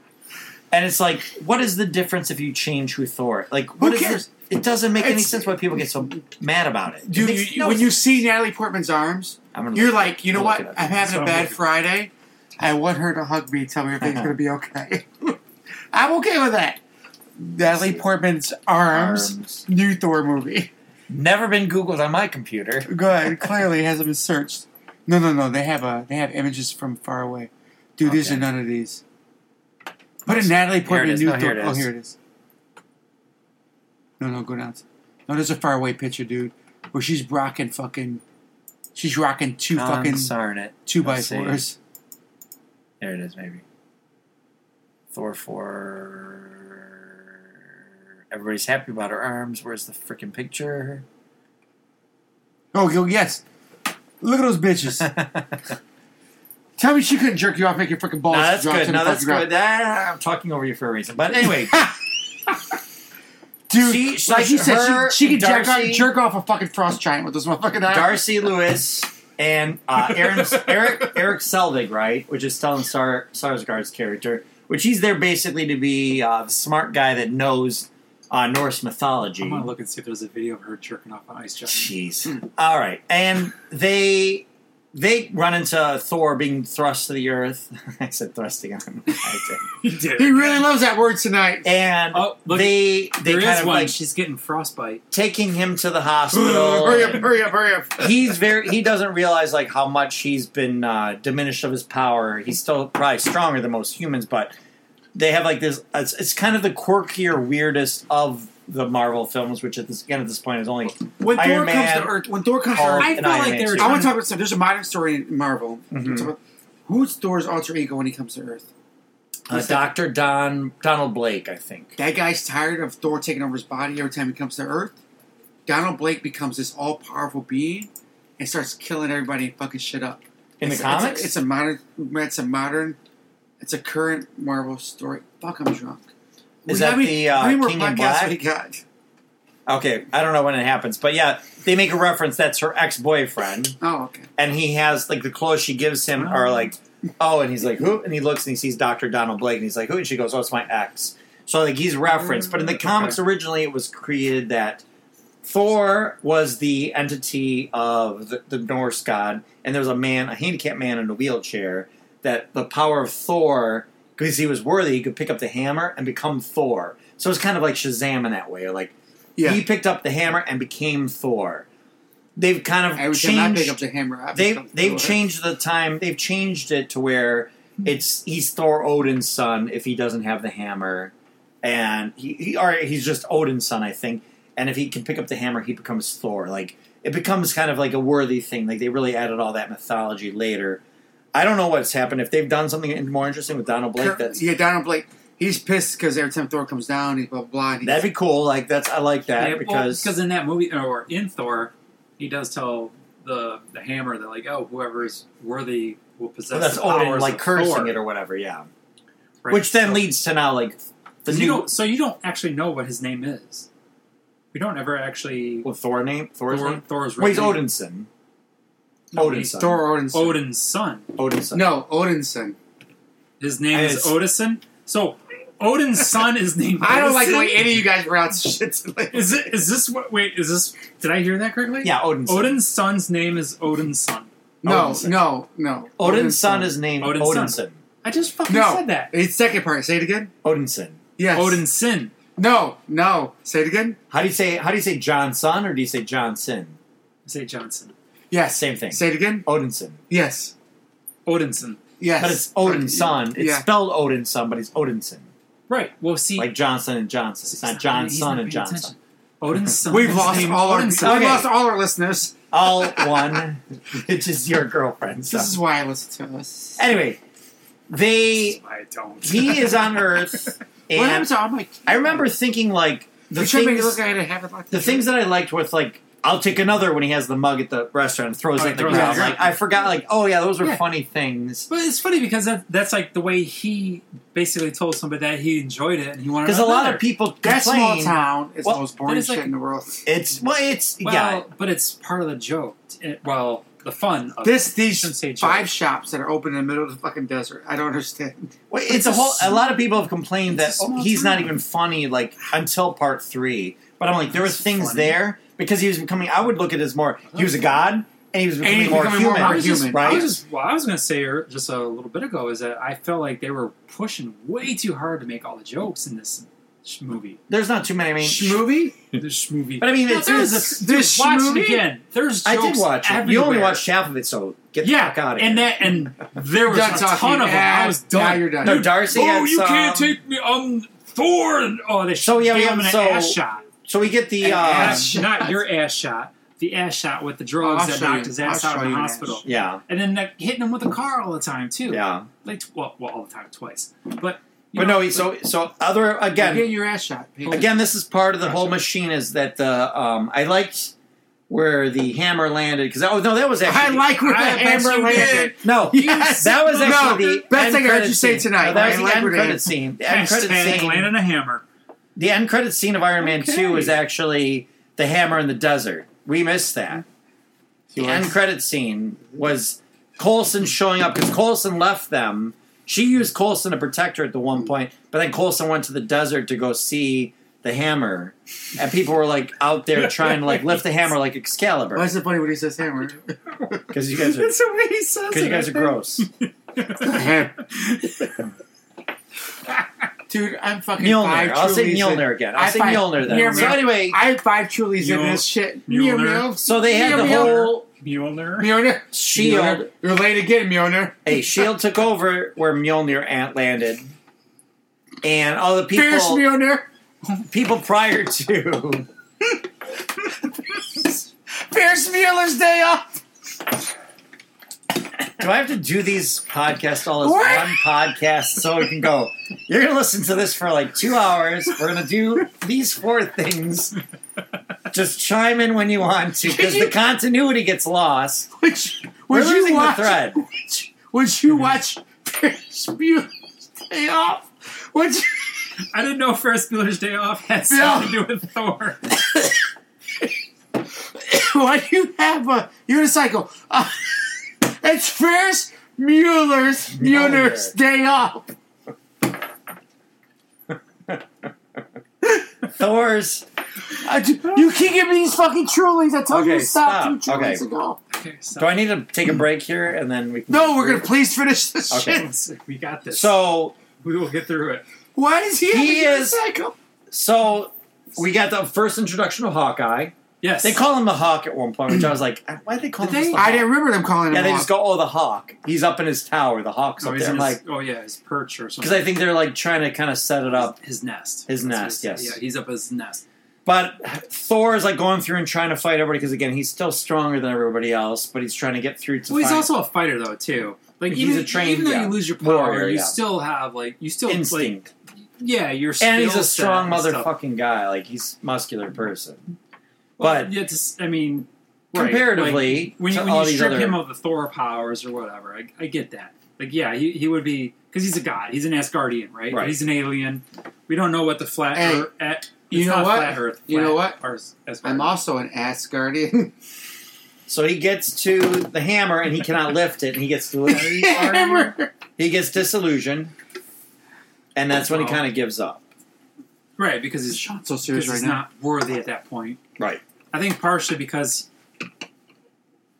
Speaker 8: And it's like, what is the difference if you change who Thor? Like, what is
Speaker 9: cares?
Speaker 8: this? It doesn't make any
Speaker 9: It's-
Speaker 8: sense why people get so mad about it. It
Speaker 9: Dude,
Speaker 8: makes
Speaker 9: you,
Speaker 8: no
Speaker 9: when you
Speaker 8: sense.
Speaker 9: see Natalie Portman's arms,
Speaker 8: I'm gonna
Speaker 9: you're
Speaker 8: look-
Speaker 9: like, you know
Speaker 8: I'll
Speaker 9: what?
Speaker 8: look it up.
Speaker 9: I'm
Speaker 7: That's
Speaker 9: having
Speaker 7: what
Speaker 9: a
Speaker 7: I'm
Speaker 9: bad
Speaker 7: looking for.
Speaker 9: Friday. I want her to hug me, tell me
Speaker 7: Uh-huh.
Speaker 9: everything's going to be okay. [laughs] I'm okay with that. Natalie Portman's arms,
Speaker 8: Arms.
Speaker 9: new Thor movie. [laughs]
Speaker 8: never been Googled on my computer.
Speaker 9: Good, clearly it hasn't been searched. No, no, no. They have a they have images from far away. Dude, these
Speaker 8: Okay.
Speaker 9: are none of these. Put in Natalie Portman,
Speaker 8: is.
Speaker 9: new
Speaker 8: No, here
Speaker 9: Thor.
Speaker 8: it
Speaker 9: Oh,
Speaker 8: is.
Speaker 9: here it is. No, no, go down. No, there's a far away picture, dude, where she's rocking fucking. She's rocking 2 fucking
Speaker 8: Sarnet.
Speaker 9: two by
Speaker 8: Let's see.
Speaker 9: fours.
Speaker 8: There it is, maybe. Thor 4. Everybody's happy about her arms. Where's the freaking picture? [laughs]
Speaker 9: Oh, yo, yes. Look at those bitches.
Speaker 8: [laughs]
Speaker 9: Tell me she couldn't jerk you off, make your freaking balls
Speaker 8: No, that's
Speaker 9: drop
Speaker 8: good.
Speaker 9: to
Speaker 8: No,
Speaker 9: the
Speaker 8: that's
Speaker 9: fucking ground.
Speaker 8: good. Ah, I'm talking over you for a reason. But anyway,
Speaker 9: Dude,
Speaker 8: She- so
Speaker 9: like you said,
Speaker 8: her,
Speaker 9: she, she could jerk, off,
Speaker 8: Darcy-
Speaker 9: jerk off a fucking frost giant with those motherfucking eyes.
Speaker 8: Darcy Lewis and uh, Aaron,
Speaker 7: [laughs]
Speaker 8: Eric Eric Selvig, right, which is Stellan Sar- Sarsgaard's character, which he's there basically to be uh, the smart guy that knows uh, Norse mythology.
Speaker 7: I'm gonna look and see if there's a video of her jerking off
Speaker 8: [laughs]
Speaker 7: an ice giant. Hmm.
Speaker 8: Jeez. All right, and they they run into Thor being thrust to the earth. [laughs] I said thrusting on. [laughs] I did.
Speaker 7: You did.
Speaker 9: He really loves that word tonight.
Speaker 8: And
Speaker 7: Oh, look,
Speaker 8: they they
Speaker 7: There
Speaker 8: kind
Speaker 7: is
Speaker 8: of
Speaker 7: one.
Speaker 8: like
Speaker 7: She's getting frostbite.
Speaker 8: taking him to the
Speaker 7: [gasps]
Speaker 8: hospital.
Speaker 9: [laughs] hurry up,
Speaker 8: and-
Speaker 9: hurry up, hurry up.
Speaker 8: he's very he doesn't realize like how much he's been uh, diminished of his power he's still probably stronger than most humans but they have like this it's, it's kind of the quirkier weirdest of the marvel films which at this again at this point is only
Speaker 9: When
Speaker 8: Iron
Speaker 9: Thor
Speaker 8: Man,
Speaker 9: comes to Earth, when Thor comes to
Speaker 8: Hulk,
Speaker 9: Earth,
Speaker 7: I
Speaker 8: and
Speaker 7: feel
Speaker 8: Iron
Speaker 7: like
Speaker 8: Man
Speaker 7: they were
Speaker 8: suit.
Speaker 9: I want to talk about something. There's a modern story in Marvel.
Speaker 8: Mhm.
Speaker 9: It's about- Who's Thor's alter ego when he comes to Earth?
Speaker 8: uh, dr don donald blake i think
Speaker 9: That guy's tired of Thor taking over his body every time he comes to Earth. Donald Blake becomes this all powerful being and starts killing everybody and fucking shit up.
Speaker 8: in the
Speaker 9: It's- it's a-
Speaker 8: comics
Speaker 9: it's a modern. It's a modern. It's a current Marvel story. Fuck, I'm drunk.
Speaker 8: Is
Speaker 9: We-
Speaker 8: that
Speaker 9: I mean,
Speaker 8: the, uh,
Speaker 9: how many more
Speaker 8: King in
Speaker 9: podcasts
Speaker 8: Black?
Speaker 9: we got?
Speaker 8: okay i don't know when it happens but yeah they make a reference that's her ex-boyfriend
Speaker 9: Oh, okay.
Speaker 8: and he has like the clothes she gives him are like, oh, and he's like, who? And he looks and he sees Doctor Donald Blake, and he's like, who? And she goes, oh, it's my ex. So like he's referenced, but in the
Speaker 9: Mm,
Speaker 8: comics originally it was created that Thor was the entity of the, the Norse god, and there was a man, a handicapped man in a wheelchair. That the power of Thor, because he was worthy, he could pick up the hammer and become Thor. So it's kind of like Shazam in that way, or like
Speaker 9: Yeah.
Speaker 8: He picked up the hammer and became Thor. They've kind of
Speaker 9: Every
Speaker 8: changed.
Speaker 9: time I pick up the hammer, I
Speaker 8: they
Speaker 9: pick up the
Speaker 8: they've
Speaker 9: door.
Speaker 8: changed the time. They've changed it to where it's he's Thor Odin's son if he doesn't have the hammer, and he, he or he's just Odin's son I think. And if he can pick up the hammer, he becomes Thor. Like it becomes kind of like a worthy thing. Like they really added all that mythology later. I don't know what's happened. If they've done something more interesting with Donald Blake,
Speaker 9: Cur-
Speaker 8: that's
Speaker 9: yeah, Donald Blake. He's pissed because every time Thor comes down, he's blah blah. blah and he's,
Speaker 8: that'd be cool. Like that's I like that
Speaker 7: Yeah, well,
Speaker 8: because
Speaker 7: in that movie or in Thor, he does tell the the hammer that like oh whoever is worthy will possess.
Speaker 8: well, that's
Speaker 7: the
Speaker 8: Odin
Speaker 7: powers
Speaker 8: like
Speaker 7: of
Speaker 8: cursing
Speaker 7: Thor,
Speaker 8: it or whatever. Yeah,
Speaker 7: right?
Speaker 8: which then
Speaker 7: So-
Speaker 8: leads to now like the
Speaker 7: so you
Speaker 8: new
Speaker 7: don't, so you don't actually know what his name is. We don't ever actually
Speaker 8: well, Thor name Thor's
Speaker 7: Thor,
Speaker 8: name.
Speaker 7: Thor's
Speaker 8: Wait,
Speaker 7: real name.
Speaker 8: Odinson.
Speaker 7: No,
Speaker 8: Odinson.
Speaker 7: he's
Speaker 9: Thor Odinson.
Speaker 7: Odin's son.
Speaker 8: Odinson.
Speaker 9: no, Odinson.
Speaker 7: His name
Speaker 8: And
Speaker 7: is
Speaker 8: it's-
Speaker 7: Odinson. So Odin's son is named.
Speaker 9: I don't like the
Speaker 7: Odinson?
Speaker 9: way any of you guys pronounce shit. [laughs] today.
Speaker 7: Is it? Is this what? Wait, is this? Did I hear that correctly?
Speaker 8: Yeah, Odinson.
Speaker 7: Odin's son's name is Odin's son.
Speaker 9: No,
Speaker 8: Odinson.
Speaker 9: no, no.
Speaker 8: Odin's son is named
Speaker 7: Odinson.
Speaker 8: Odinson.
Speaker 7: I just fucking
Speaker 9: no.
Speaker 7: said that.
Speaker 9: It's second part. Say it again.
Speaker 8: Odinson.
Speaker 9: Yes.
Speaker 7: Odinson.
Speaker 9: No, no. Say it again.
Speaker 8: How do you say how do you say Johnson or do you say Johnson?
Speaker 7: Say Johnson.
Speaker 9: Yes.
Speaker 8: Same thing.
Speaker 9: Say it again.
Speaker 8: Odinson.
Speaker 9: Yes.
Speaker 7: Odinson.
Speaker 9: Yes.
Speaker 8: But it's Odinson. It's
Speaker 9: Yeah.
Speaker 8: spelled Odinson, but it's Odinson.
Speaker 7: Right. Well, see,
Speaker 8: Like Johnson and Johnson. It's
Speaker 7: he's
Speaker 8: not
Speaker 7: he's
Speaker 8: Johnson
Speaker 7: not
Speaker 8: and
Speaker 7: paying
Speaker 8: Johnson.
Speaker 7: attention.
Speaker 9: [laughs]
Speaker 7: Odin's son.
Speaker 9: We've
Speaker 7: His
Speaker 9: lost
Speaker 7: name
Speaker 9: all our.
Speaker 7: Odinson.
Speaker 8: Okay.
Speaker 9: We lost all our listeners.
Speaker 8: All one. [laughs] It's just your girlfriend. so.
Speaker 9: This is why I listen to us.
Speaker 8: Anyway, they
Speaker 7: I don't.
Speaker 8: he is on Earth
Speaker 9: What
Speaker 8: and
Speaker 9: happens to all my?
Speaker 8: I remember thinking like the
Speaker 9: You should make me
Speaker 8: things-
Speaker 9: look at it. Have it like
Speaker 8: the things that I liked with like I'll take another when he has the mug at the restaurant and throws
Speaker 7: Oh,
Speaker 8: it at the
Speaker 7: throws
Speaker 9: it
Speaker 8: ground.
Speaker 9: at the
Speaker 8: Like I forgot like, oh yeah, those were
Speaker 7: Yeah.
Speaker 8: funny things.
Speaker 7: But it's funny because that, that's like the way he basically told somebody that he enjoyed it and he wanted.
Speaker 8: Because a lot
Speaker 7: another.
Speaker 8: of people
Speaker 9: that small
Speaker 8: complain.
Speaker 9: town is
Speaker 8: Well,
Speaker 9: the most boring
Speaker 7: it's
Speaker 9: shit
Speaker 7: like-
Speaker 9: in the world.
Speaker 8: It's well, it's
Speaker 7: Well,
Speaker 8: yeah.
Speaker 7: but it's part of the joke. It- well, the fun. Of
Speaker 9: This
Speaker 7: shouldn't
Speaker 9: these
Speaker 7: say joke.
Speaker 9: five shops that are open in the middle of the fucking desert. I don't understand.
Speaker 8: Well,
Speaker 7: it's
Speaker 8: it's a
Speaker 7: a
Speaker 8: whole. A
Speaker 7: sm-
Speaker 8: lot of people have complained that
Speaker 7: it's a
Speaker 8: oh,
Speaker 7: small
Speaker 8: he's not
Speaker 7: town.
Speaker 8: even funny like until part three. But I'm like, there was
Speaker 7: It's
Speaker 8: things
Speaker 7: funny.
Speaker 8: there because he was becoming. I would look at it as more. He was a god, and he was becoming,
Speaker 9: he's
Speaker 8: more,
Speaker 9: becoming more
Speaker 8: human,
Speaker 7: I was just,
Speaker 9: human,
Speaker 8: right?
Speaker 7: I was just, well, I was going to say er, just a little bit ago is that I felt like they were pushing way too hard to make all the jokes in this sh- movie.
Speaker 8: There's not too many. I mean,
Speaker 9: Schmovie?
Speaker 7: This movie,
Speaker 8: But I mean,
Speaker 7: No,
Speaker 8: it's-
Speaker 7: there's
Speaker 8: it's-
Speaker 7: a,
Speaker 9: this
Speaker 7: dude, watch
Speaker 9: movie-
Speaker 7: it again. There's jokes
Speaker 8: I did watch it. You only
Speaker 7: everywhere.
Speaker 8: watched half of it, so get the
Speaker 7: yeah,
Speaker 8: fuck out of
Speaker 7: and
Speaker 8: here. [laughs]
Speaker 7: that and there was
Speaker 9: Done
Speaker 7: a
Speaker 9: talking.
Speaker 7: ton of them. I
Speaker 9: Ah,
Speaker 7: was done.
Speaker 9: now you're done.
Speaker 8: no, Darcy.
Speaker 7: oh,
Speaker 8: had
Speaker 7: you
Speaker 8: some-
Speaker 7: can't take me. I'm Thor. And, oh, they
Speaker 8: So, yeah,
Speaker 7: gave
Speaker 8: yeah,
Speaker 7: him an
Speaker 8: so-
Speaker 7: ass shot.
Speaker 8: So we get the
Speaker 9: An
Speaker 8: uh,
Speaker 9: ass
Speaker 7: Ass- Um, not your ass shot. The ass shot with the drugs
Speaker 9: I'll
Speaker 7: that
Speaker 9: show
Speaker 7: knocked
Speaker 9: you.
Speaker 7: his ass
Speaker 9: I'll
Speaker 7: out
Speaker 9: show
Speaker 7: of the
Speaker 9: you an
Speaker 7: hospital.
Speaker 9: ass.
Speaker 8: yeah,
Speaker 7: And then like, hitting him with a car all the time too.
Speaker 8: yeah.
Speaker 7: like tw- well, well all the time, twice. But you
Speaker 8: But
Speaker 7: know,
Speaker 8: no, so so other
Speaker 9: You're
Speaker 8: again,
Speaker 9: getting your ass shot. Pete.
Speaker 8: again. This is part of the whole
Speaker 7: Gotcha.
Speaker 8: machine. Is that the um, I liked where the hammer landed because oh no, that was
Speaker 9: [laughs] I
Speaker 8: actually
Speaker 9: like where
Speaker 7: I
Speaker 9: that hammer
Speaker 7: bet you
Speaker 9: landed.
Speaker 8: no.
Speaker 9: Yes.
Speaker 8: That was actually
Speaker 9: No,
Speaker 8: the
Speaker 9: best
Speaker 8: end
Speaker 9: thing I heard
Speaker 8: credit
Speaker 9: you say
Speaker 8: scene.
Speaker 9: tonight.
Speaker 8: No, that was
Speaker 9: I
Speaker 8: the
Speaker 9: like
Speaker 8: end
Speaker 9: where it
Speaker 8: credit
Speaker 9: is.
Speaker 8: scene. The end credit
Speaker 7: hashtag
Speaker 8: scene.
Speaker 7: land and
Speaker 8: [laughs]
Speaker 7: a hammer.
Speaker 8: The end credit scene of Iron Man
Speaker 7: Okay.
Speaker 8: Two is actually the hammer in the desert. We missed that. The end credit scene was Colson showing up because Colson left them. She used Colson to protect her at the one point, but then Colson went to the desert to go see the hammer, and people were like out there trying to like lift the hammer like
Speaker 9: Why
Speaker 8: Excalibur
Speaker 9: is it funny when he says hammer?
Speaker 8: because you guys are
Speaker 7: That's the way he says
Speaker 8: because you guys are gross.
Speaker 9: [laughs] Dude, I'm fucking
Speaker 8: Mjolnir.
Speaker 9: five
Speaker 8: I'll say
Speaker 9: Trulies in-
Speaker 8: Mjolnir again. I'll
Speaker 9: I
Speaker 8: say
Speaker 9: find-
Speaker 8: Mjolnir then.
Speaker 9: Mjolnir.
Speaker 8: So anyway,
Speaker 9: I have five Trulies in
Speaker 7: Mjol-
Speaker 9: this shit.
Speaker 7: Mjolnir.
Speaker 9: Mjolnir.
Speaker 8: so they had the
Speaker 9: Mjolnir.
Speaker 8: whole
Speaker 7: Mjolnir.
Speaker 9: Mjolnir.
Speaker 8: shield.
Speaker 9: You're late again, Mjolnir.
Speaker 8: A shield took over where Mjolnir ant landed, and all the people
Speaker 9: Fierce Mjolnir. [laughs]
Speaker 8: people prior to.
Speaker 9: Fierce Mjolnir's day off.
Speaker 8: Do I have to do these podcasts all as
Speaker 9: What?
Speaker 8: one podcast so we can go? You're gonna listen to this for like two hours. We're gonna do these four things. Just chime in when you want to, because the continuity gets lost.
Speaker 9: Which
Speaker 8: We're
Speaker 9: would you
Speaker 8: losing
Speaker 9: watch?
Speaker 8: the thread.
Speaker 9: Would
Speaker 8: Mm-hmm.
Speaker 9: you watch Ferris Bueller's Day Off? Would you? [laughs]
Speaker 7: I didn't know Ferris Bueller's Day Off had something to do with Thor.
Speaker 9: Why do you have a unicycle? Uh, [laughs] it's Ferris Mueller's Mueller's Day Off.
Speaker 8: Thor's
Speaker 9: I ju- Uh, you keep giving me these fucking trulies. I told you
Speaker 8: Okay,
Speaker 9: to stop,
Speaker 8: stop.
Speaker 9: two trulies
Speaker 8: Okay.
Speaker 9: ago.
Speaker 7: Okay, so
Speaker 8: Do I need to take a break here and then we can
Speaker 9: No, we're gonna please finish this
Speaker 8: Okay.
Speaker 9: shit.
Speaker 7: It's- we got this.
Speaker 8: So
Speaker 7: we will get through it.
Speaker 9: Why does he,
Speaker 8: He
Speaker 9: have a
Speaker 8: is-
Speaker 9: unicycle?
Speaker 8: so we got the first introduction of Hawkeye.
Speaker 7: Yes,
Speaker 8: They call him the Hawk at one point, which I was like, why did they call
Speaker 7: Did
Speaker 8: him?
Speaker 7: they?
Speaker 8: just the
Speaker 9: I
Speaker 8: Hawk?
Speaker 9: didn't remember them calling him.
Speaker 8: Oh, Yeah, they
Speaker 9: Hawk.
Speaker 8: just go, oh, the Hawk. He's up in his tower. The Hawk's
Speaker 7: Oh,
Speaker 8: up
Speaker 7: he's
Speaker 8: there. I'm
Speaker 7: in his-
Speaker 8: like,
Speaker 7: oh yeah, his perch or something.
Speaker 8: because I think they're like trying to kind of set it up.
Speaker 7: his nest.
Speaker 8: His
Speaker 7: That's what
Speaker 8: nest,
Speaker 7: it is.
Speaker 8: yes.
Speaker 7: Yeah, he's up his nest.
Speaker 8: But Thor is like going through and trying to fight everybody because again, he's still stronger than everybody else, but he's trying to get through to
Speaker 7: Well, he's
Speaker 8: find
Speaker 7: also a fighter though too. Like
Speaker 8: He's
Speaker 7: even,
Speaker 8: a trained,
Speaker 7: even though
Speaker 8: yeah,
Speaker 7: you lose your power,
Speaker 8: warrior,
Speaker 7: you
Speaker 8: yeah.
Speaker 7: still have like you still like
Speaker 8: instinct.
Speaker 7: yeah, you're
Speaker 8: and he's a strong motherfucking guy. Like he's muscular person. But
Speaker 7: yeah, just, I mean, right, like,
Speaker 8: comparatively,
Speaker 7: when you,
Speaker 8: to
Speaker 7: when
Speaker 8: all
Speaker 7: you
Speaker 8: these
Speaker 7: strip
Speaker 8: other,
Speaker 7: him of the Thor powers or whatever, I, I get that. Like yeah, he, he would be because he's a god. He's an Asgardian, right?
Speaker 8: Right.
Speaker 7: He's an alien. We don't know what the flat
Speaker 9: Hey,
Speaker 7: earth. At,
Speaker 9: you know what?
Speaker 7: Flat earth,
Speaker 9: You know
Speaker 7: flat
Speaker 9: what?
Speaker 7: Earth, Asgardian.
Speaker 9: I'm also an [laughs] Asgardian.
Speaker 8: so he gets to the hammer and he cannot lift it, and he gets
Speaker 9: [laughs]
Speaker 8: deli-
Speaker 9: Remember?
Speaker 8: he gets disillusioned, and that's when he kind of gives up.
Speaker 7: right because he's
Speaker 9: Sean's so serious
Speaker 7: because
Speaker 9: right
Speaker 7: he's
Speaker 9: now.
Speaker 7: not worthy at that point.
Speaker 8: Right.
Speaker 7: I think partially because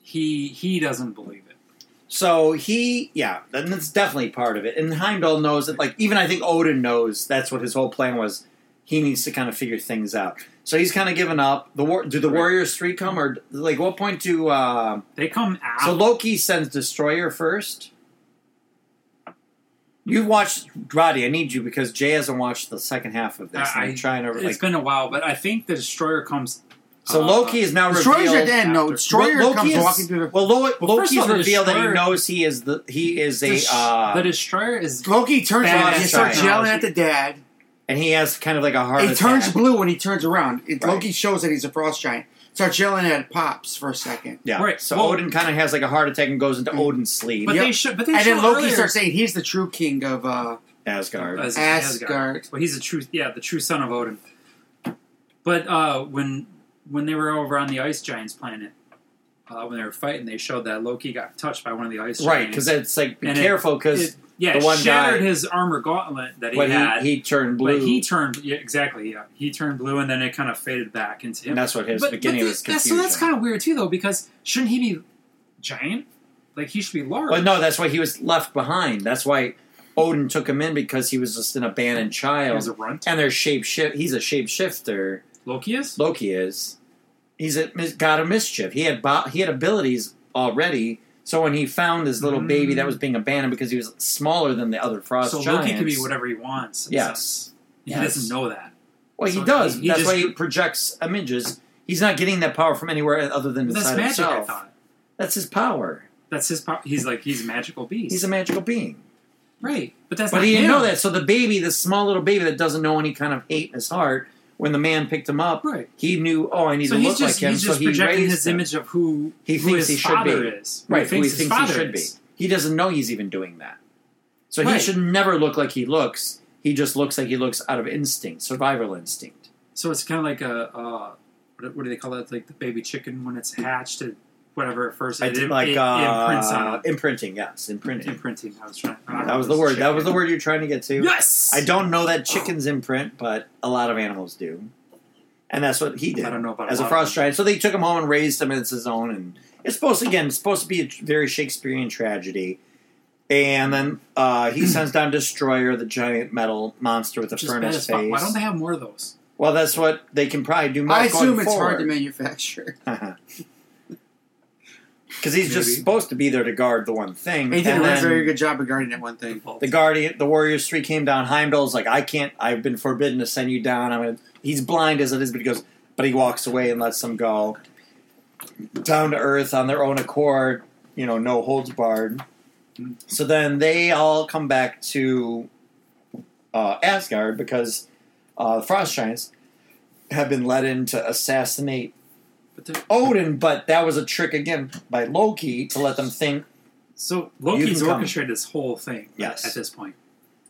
Speaker 7: he he doesn't believe it.
Speaker 8: So he, yeah, and that's definitely part of it. And Heimdall knows that, like, even I think Odin knows that's what his whole plan was. He needs to kind of figure things out. So he's kind of given up. The war, do the Warriors three come or like what point do? Uh,
Speaker 7: They come out.
Speaker 8: so Loki sends Destroyer first. You watched Roddy. I need you because Jay hasn't watched the second half of this.
Speaker 7: I-
Speaker 8: and I'm trying to
Speaker 7: it's
Speaker 8: like.
Speaker 7: been a while, but I think the destroyer comes.
Speaker 8: so
Speaker 7: uh,
Speaker 8: Loki is now
Speaker 9: Destroyer's
Speaker 8: revealed.
Speaker 9: at the end. No,
Speaker 7: after-
Speaker 9: Destroyer
Speaker 8: Loki
Speaker 9: comes
Speaker 8: is-
Speaker 9: walking through the.
Speaker 8: Well, Lo-
Speaker 7: Well, first
Speaker 8: Loki's
Speaker 7: of all, the
Speaker 8: revealed that he
Speaker 7: Destroyer-
Speaker 8: knows he is the he is a
Speaker 7: the, sh-
Speaker 8: uh,
Speaker 7: the destroyer is
Speaker 9: Loki turns
Speaker 8: Badass
Speaker 9: around and he starts
Speaker 8: guy.
Speaker 9: yelling at the dad.
Speaker 8: and he has kind of like a heart
Speaker 9: He
Speaker 8: attack.
Speaker 9: turns blue when he turns around. It,
Speaker 8: Right.
Speaker 9: Loki shows that he's a frost giant. Starts yelling at Pops for a second.
Speaker 8: Yeah.
Speaker 7: Right,
Speaker 8: So
Speaker 7: well- Mm.
Speaker 8: Odin kind of has like a heart attack and goes into Odin's sleep.
Speaker 7: But
Speaker 9: Yep.
Speaker 7: they should. But they
Speaker 9: And
Speaker 7: show
Speaker 9: then Loki
Speaker 7: earlier,
Speaker 9: starts saying he's the true king of uh,
Speaker 8: Asgard.
Speaker 7: as
Speaker 9: Asgard.
Speaker 7: Well, he's a true. Yeah, the true son of Odin. But uh, when when they were over on the ice giants planet, uh, when they were fighting, they showed that Loki got touched by one of the ice
Speaker 8: right.
Speaker 7: giants.
Speaker 8: Because it's like be
Speaker 7: And it-
Speaker 8: careful
Speaker 7: It-
Speaker 8: because
Speaker 7: yeah,
Speaker 8: the
Speaker 7: it
Speaker 8: one
Speaker 7: shattered
Speaker 8: guy-
Speaker 7: his armor gauntlet that he
Speaker 8: when
Speaker 7: had.
Speaker 8: he, he turned blue,
Speaker 7: But he turned yeah, exactly. Yeah, he turned blue, and then it kind of faded back into him.
Speaker 8: and that's what his
Speaker 7: but,
Speaker 8: beginning
Speaker 7: but
Speaker 8: was
Speaker 7: that's-
Speaker 8: confusion.
Speaker 7: So that's kind of weird too, though, because shouldn't he be giant? Like he should be large.
Speaker 8: Well, no, that's why he was left behind. That's why Odin took him in because he was just an abandoned
Speaker 7: he was
Speaker 8: child.
Speaker 7: a runt.
Speaker 8: and they're shape shift. He's a shapeshifter.
Speaker 7: Loki is.
Speaker 8: Loki is. He's a mis- god of mischief. He had bo- he had abilities already. So when he found his little baby that was being abandoned because he was smaller than the other frost
Speaker 7: so
Speaker 8: giants,
Speaker 7: Loki can be whatever he wants. in a
Speaker 8: Uh, Yes.
Speaker 7: sense. he
Speaker 8: Yes.
Speaker 7: doesn't know that.
Speaker 8: Well, he
Speaker 7: So
Speaker 8: does.
Speaker 7: he- he
Speaker 8: That's
Speaker 7: just-
Speaker 8: why he projects images. He's not getting that power from anywhere other than
Speaker 7: That's
Speaker 8: inside
Speaker 7: magic. I
Speaker 8: himself.
Speaker 7: thought
Speaker 8: That's his power.
Speaker 7: that's his. Power. He's like he's a magical beast.
Speaker 8: He's a magical being.
Speaker 7: right, but that's
Speaker 8: But
Speaker 7: not
Speaker 8: he didn't
Speaker 7: him.
Speaker 8: know that. So the baby, this small little baby that doesn't know any kind of hate in his heart, when the man picked him up,
Speaker 7: Right.
Speaker 8: he knew, oh, I need
Speaker 7: So
Speaker 8: to
Speaker 7: he's
Speaker 8: look
Speaker 7: just
Speaker 8: like him.
Speaker 7: he's
Speaker 8: so
Speaker 7: just
Speaker 8: he
Speaker 7: projecting
Speaker 8: raised
Speaker 7: his
Speaker 8: him.
Speaker 7: image of who
Speaker 8: He
Speaker 7: who
Speaker 8: thinks
Speaker 7: his
Speaker 8: he should
Speaker 7: father
Speaker 8: be.
Speaker 7: is.
Speaker 8: Right,
Speaker 7: who he thinks,
Speaker 8: he
Speaker 7: his
Speaker 8: thinks
Speaker 7: father
Speaker 8: he should
Speaker 7: is.
Speaker 8: be. He doesn't know he's even doing that. So he
Speaker 7: Right.
Speaker 8: should never look like he looks. He just looks like he looks out of instinct, survival instinct.
Speaker 7: So it's kind of like a uh, what, what do they call that? Like the baby chicken when it's hatched, it, whatever at first.
Speaker 8: I
Speaker 7: it,
Speaker 8: did
Speaker 7: it-
Speaker 8: like
Speaker 7: it
Speaker 8: uh,
Speaker 7: imprints on it.
Speaker 8: imprinting, yes, imprinting.
Speaker 7: imprinting. I was trying. I
Speaker 8: That was the word. That was the word you're trying to get to.
Speaker 7: Yes.
Speaker 8: I don't know that chickens imprint, but a lot of animals do, and that's what he did.
Speaker 7: I don't know about
Speaker 8: as
Speaker 7: a
Speaker 8: a,
Speaker 7: lot
Speaker 8: frost
Speaker 7: of
Speaker 8: giant. So they took him home and raised him as his own, and it's supposed to, again it's supposed to be a very Shakespearean tragedy. And then uh, he sends down Destroyer, the giant metal monster with a
Speaker 7: Which is bad
Speaker 8: furnace
Speaker 7: as fuck.
Speaker 8: face.
Speaker 7: Why don't they have more of those?
Speaker 8: well, that's what they can probably do. More
Speaker 9: I assume
Speaker 8: going
Speaker 9: it's hard
Speaker 8: [laughs]
Speaker 9: to
Speaker 8: forward.
Speaker 9: manufacture.
Speaker 8: because he's just
Speaker 7: Maybe.
Speaker 8: supposed to be there to guard the one thing.
Speaker 9: And he did
Speaker 8: and
Speaker 9: a
Speaker 8: then,
Speaker 9: very good job of guarding that one thing.
Speaker 8: the guardian the warriors three came down heimdall's like i can't i've been forbidden to send you down i'm gonna, he's blind as it is but he goes but he walks away and lets them go down to earth on their own accord you know no holds barred so then they all come back to uh, asgard because uh, the frost giants have been led in to assassinate
Speaker 7: But they're-
Speaker 8: odin but that was a trick again by loki to let them think
Speaker 7: so
Speaker 8: You
Speaker 7: Loki's
Speaker 8: can come.
Speaker 7: orchestrated this whole thing.
Speaker 8: Yes.
Speaker 7: At this point,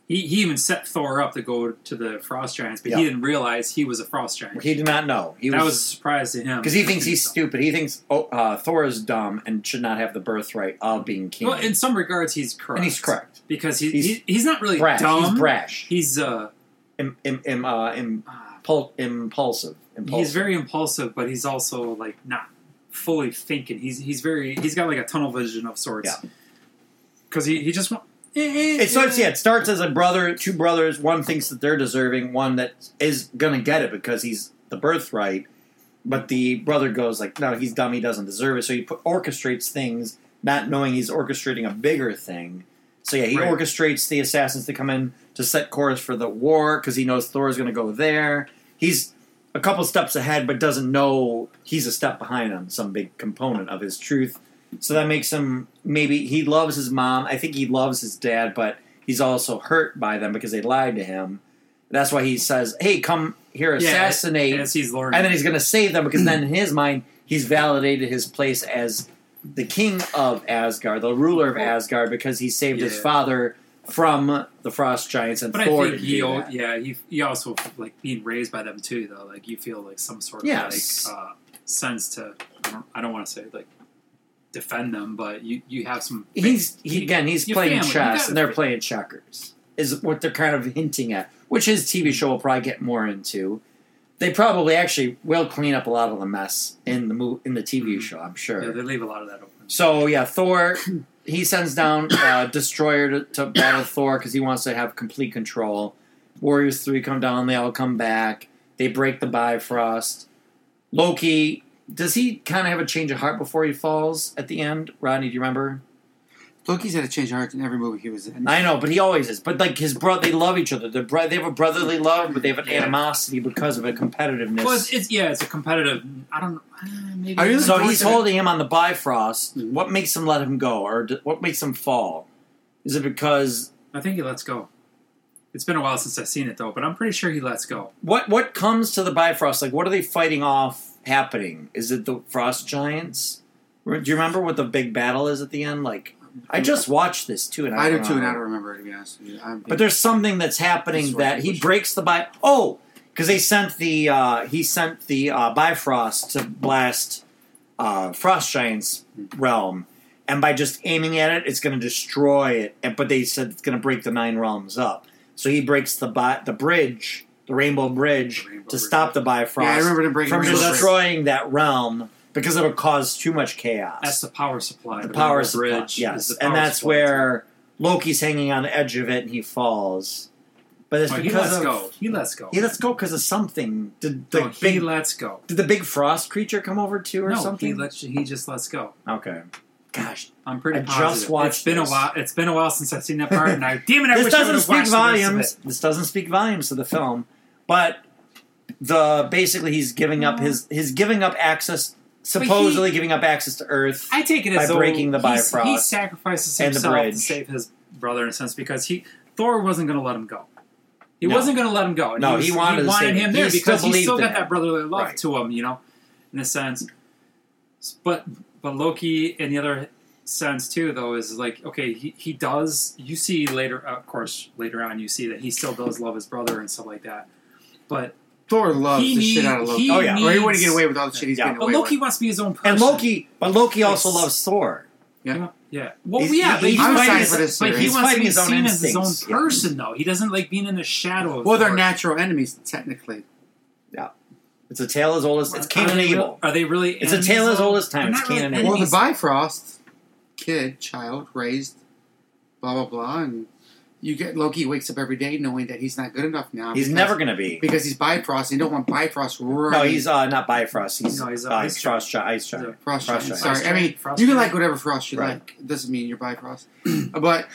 Speaker 7: he he even set Thor up to go to the frost giants, but
Speaker 8: Yeah.
Speaker 7: he didn't realize he was a frost giant.
Speaker 8: he did not know he
Speaker 7: that was a surprise to him
Speaker 8: Because he thinks he's stupid. He thinks oh, uh, Thor is dumb and should not have the birthright of being king.
Speaker 7: Well, in some regards, he's correct.
Speaker 8: and he's correct.
Speaker 7: because he,
Speaker 8: He's
Speaker 7: he, he's not really
Speaker 8: Brash.
Speaker 7: dumb.
Speaker 8: He's brash.
Speaker 7: He's uh,
Speaker 8: Im, im, im, uh, im,
Speaker 7: ah,
Speaker 8: pul- impulsive. impulsive.
Speaker 7: He's very impulsive, but he's also like not fully thinking. He's he's very he's got like a tunnel vision of sorts.
Speaker 8: Yeah.
Speaker 7: Because he, he just wa- eh,
Speaker 8: It starts yeah, it starts as a brother, two brothers. One thinks that they're deserving, one that is gonna get it because he's the birthright. But the brother goes like, no, he's dumb. He doesn't deserve it. So he put, orchestrates things, not knowing he's orchestrating a bigger thing. So yeah, he
Speaker 7: Right.
Speaker 8: orchestrates the assassins to come in to set course for the war because he knows Thor's gonna go there. He's a couple steps ahead, but doesn't know he's a step behind on some big component of his truth. So that makes him maybe he loves his mom. I think he loves his dad, but he's also hurt by them because they lied to him. That's why he says, "Hey, come here,
Speaker 7: Yeah,
Speaker 8: assassinate,"
Speaker 7: as he's learning.
Speaker 8: and then he's going to save them because then in his mind he's validated his place as the king of Asgard, the ruler of Asgard, because he saved his
Speaker 7: Yeah.
Speaker 8: father from the Frost Giants and
Speaker 7: But I
Speaker 8: Thor.
Speaker 7: think
Speaker 8: to
Speaker 7: he,
Speaker 8: do
Speaker 7: al-
Speaker 8: that.
Speaker 7: yeah, he, he also like being raised by them too, though. Like you feel like some sort of
Speaker 8: Yes.
Speaker 7: like uh, sense to. I don't, I don't want to say like defend them, but you you have some.
Speaker 8: he's he, again he's
Speaker 7: Your
Speaker 8: playing
Speaker 7: family, you
Speaker 8: chess
Speaker 7: gotta-
Speaker 8: and they're playing checkers is what they're kind of hinting at which his
Speaker 7: Mm-hmm.
Speaker 8: tv show will probably get more into they probably actually will clean up a lot of the mess in the mo- in the tv
Speaker 7: Mhm.
Speaker 8: show i'm sure
Speaker 7: Yeah, they leave a lot of that open.
Speaker 8: so yeah thor he sends down uh, destroyer to, to battle thor because he wants to have complete control warriors 3 come down they all come back they break the bifrost loki does he kind of have a change of heart before he falls at the end rodney do you remember
Speaker 9: Loki's had a change of heart in every movie he was in.
Speaker 8: I know, but he always is. But like his brother, they love each other. They're bro- they have a brotherly love, but they have an animosity because of a competitiveness.
Speaker 7: Well, it's, it's yeah, it's a competitive. I don't. Uh, maybe
Speaker 9: Are you-
Speaker 8: so he's holding him on the Bifrost. What makes him let him go, or d- what makes him fall? Is it because
Speaker 7: I think he lets go. It's been a while since I've seen it though, but I'm pretty sure he lets go.
Speaker 8: what what comes to the Bifrost? Like, what are they fighting off happening? Is it the frost giants? Re- Do you remember what the big battle is at the end? Like, I just watched this too, and I,
Speaker 9: I do
Speaker 8: don't
Speaker 9: too, and
Speaker 8: know.
Speaker 9: I don't remember it, to be honest with you. I'm-
Speaker 8: But there's something that's
Speaker 9: That's
Speaker 8: happening
Speaker 9: right.
Speaker 8: that he breaks the bi. Oh, because they sent the uh, he sent the uh, Bifrost to blast uh, Frost Giant's
Speaker 7: Mm-hmm.
Speaker 8: realm, and by just aiming at it, it's going to destroy it. And but they said it's going to break the nine realms up. So he breaks the bi- the bridge, the Rainbow Bridge,
Speaker 7: The Rainbow
Speaker 8: to
Speaker 7: Bridge.
Speaker 8: stop the Bifrost
Speaker 9: yeah, I remember them breaking
Speaker 8: from
Speaker 9: Rainbow Bridge.
Speaker 8: destroying that realm because it'll cause too much chaos
Speaker 7: That's the power supply. The,
Speaker 8: the power
Speaker 7: Rainbow
Speaker 8: supply,
Speaker 7: bridge.
Speaker 8: Yes,
Speaker 7: is the
Speaker 8: and
Speaker 7: power
Speaker 8: that's
Speaker 7: supply.
Speaker 8: where Loki's hanging on the edge of it and he falls. But it's
Speaker 7: But he
Speaker 8: because
Speaker 7: lets
Speaker 8: of,
Speaker 7: go. He lets go.
Speaker 8: He lets go because of something. Did the
Speaker 7: No, he
Speaker 8: big
Speaker 7: lets go.
Speaker 8: did the big frost creature come over too or
Speaker 7: no,
Speaker 8: something?
Speaker 7: he lets. He just lets go.
Speaker 8: okay. Gosh,
Speaker 7: I'm pretty
Speaker 8: I just
Speaker 7: positive.
Speaker 8: watched
Speaker 7: It's been
Speaker 8: this.
Speaker 7: a while. It's been a while since I've seen that part, and I [laughs] damn it, I
Speaker 8: this
Speaker 7: wish I would
Speaker 8: doesn't
Speaker 7: have
Speaker 8: speak
Speaker 7: watched the rest of
Speaker 8: volumes.
Speaker 7: it.
Speaker 8: This doesn't speak volumes to the film, but the basically he's giving up his his giving up access, supposedly giving up access to Earth.
Speaker 7: I take it
Speaker 8: By
Speaker 7: as though
Speaker 8: breaking the
Speaker 7: he's- He
Speaker 8: Bifrost
Speaker 7: sacrifices
Speaker 8: and the
Speaker 7: himself
Speaker 8: bridge.
Speaker 7: to save his brother in a sense because he Thor wasn't going to let him go. He
Speaker 8: No.
Speaker 7: wasn't going to let him go. And
Speaker 8: No,
Speaker 7: he, was-
Speaker 8: he wanted to save him.
Speaker 7: him there
Speaker 8: He still
Speaker 7: because he
Speaker 8: believed
Speaker 7: still
Speaker 8: in
Speaker 7: got
Speaker 8: him.
Speaker 7: that brotherly love
Speaker 8: Right.
Speaker 7: to him, you know, in a sense. But but Loki in the other sense too, though, is like okay, he, he does. You see later, of course, later on, you see that he still does love his brother and stuff like that. But
Speaker 9: Thor loves
Speaker 7: He
Speaker 9: the shit
Speaker 7: need-
Speaker 9: out of Loki.
Speaker 7: he
Speaker 8: Oh, yeah.
Speaker 9: Or he wouldn't
Speaker 7: needs-
Speaker 9: get away with all the shit he's
Speaker 8: Yeah.
Speaker 9: getting
Speaker 7: but
Speaker 9: away
Speaker 7: Loki
Speaker 9: with.
Speaker 7: wants to be his own person.
Speaker 8: and Loki, but Loki also
Speaker 7: Yes.
Speaker 8: loves Thor.
Speaker 7: Yeah. Well,
Speaker 8: He's-
Speaker 7: yeah,
Speaker 8: he-
Speaker 7: but
Speaker 8: he's
Speaker 7: he
Speaker 9: I'm
Speaker 7: wants-
Speaker 9: excited for this
Speaker 7: But
Speaker 9: series.
Speaker 7: he
Speaker 8: He's
Speaker 7: wants to
Speaker 8: fighting
Speaker 7: be
Speaker 8: his own
Speaker 7: seen as his
Speaker 8: instincts,
Speaker 7: own
Speaker 8: yeah.
Speaker 7: person, though. He doesn't like being in the shadow. Of
Speaker 9: well, they're
Speaker 7: Thor.
Speaker 9: natural enemies, technically.
Speaker 8: It's a tale as old as it's
Speaker 7: Are
Speaker 8: Cain and
Speaker 7: they real-
Speaker 8: Abel.
Speaker 7: Are they really?
Speaker 8: It's a
Speaker 7: enemies,
Speaker 8: tale as
Speaker 7: though?
Speaker 8: old as time.
Speaker 7: They're
Speaker 8: It's
Speaker 7: not
Speaker 8: Cain
Speaker 7: really
Speaker 8: and Abel.
Speaker 9: Well, the
Speaker 7: enemies.
Speaker 9: Bifrost kid, child, raised, blah, blah, blah. And you get Loki wakes up every day knowing that he's not good enough now.
Speaker 8: He's
Speaker 9: because-
Speaker 8: never going to be.
Speaker 9: Because he's Bifrost. And you don't want Bifrost roaring.
Speaker 8: No, he's uh, not Bifrost. He's,
Speaker 7: No, he's,
Speaker 8: uh,
Speaker 7: uh,
Speaker 8: ice
Speaker 7: Ice
Speaker 8: Frost Gi- Ice Giant.
Speaker 9: Frost,
Speaker 8: Frost
Speaker 9: giant.
Speaker 7: giant.
Speaker 9: Sorry, I mean
Speaker 7: Frost
Speaker 9: you can
Speaker 7: giant.
Speaker 9: like whatever frost you
Speaker 8: Right.
Speaker 9: like. It doesn't mean
Speaker 8: [clears throat]
Speaker 9: you're bifrost. But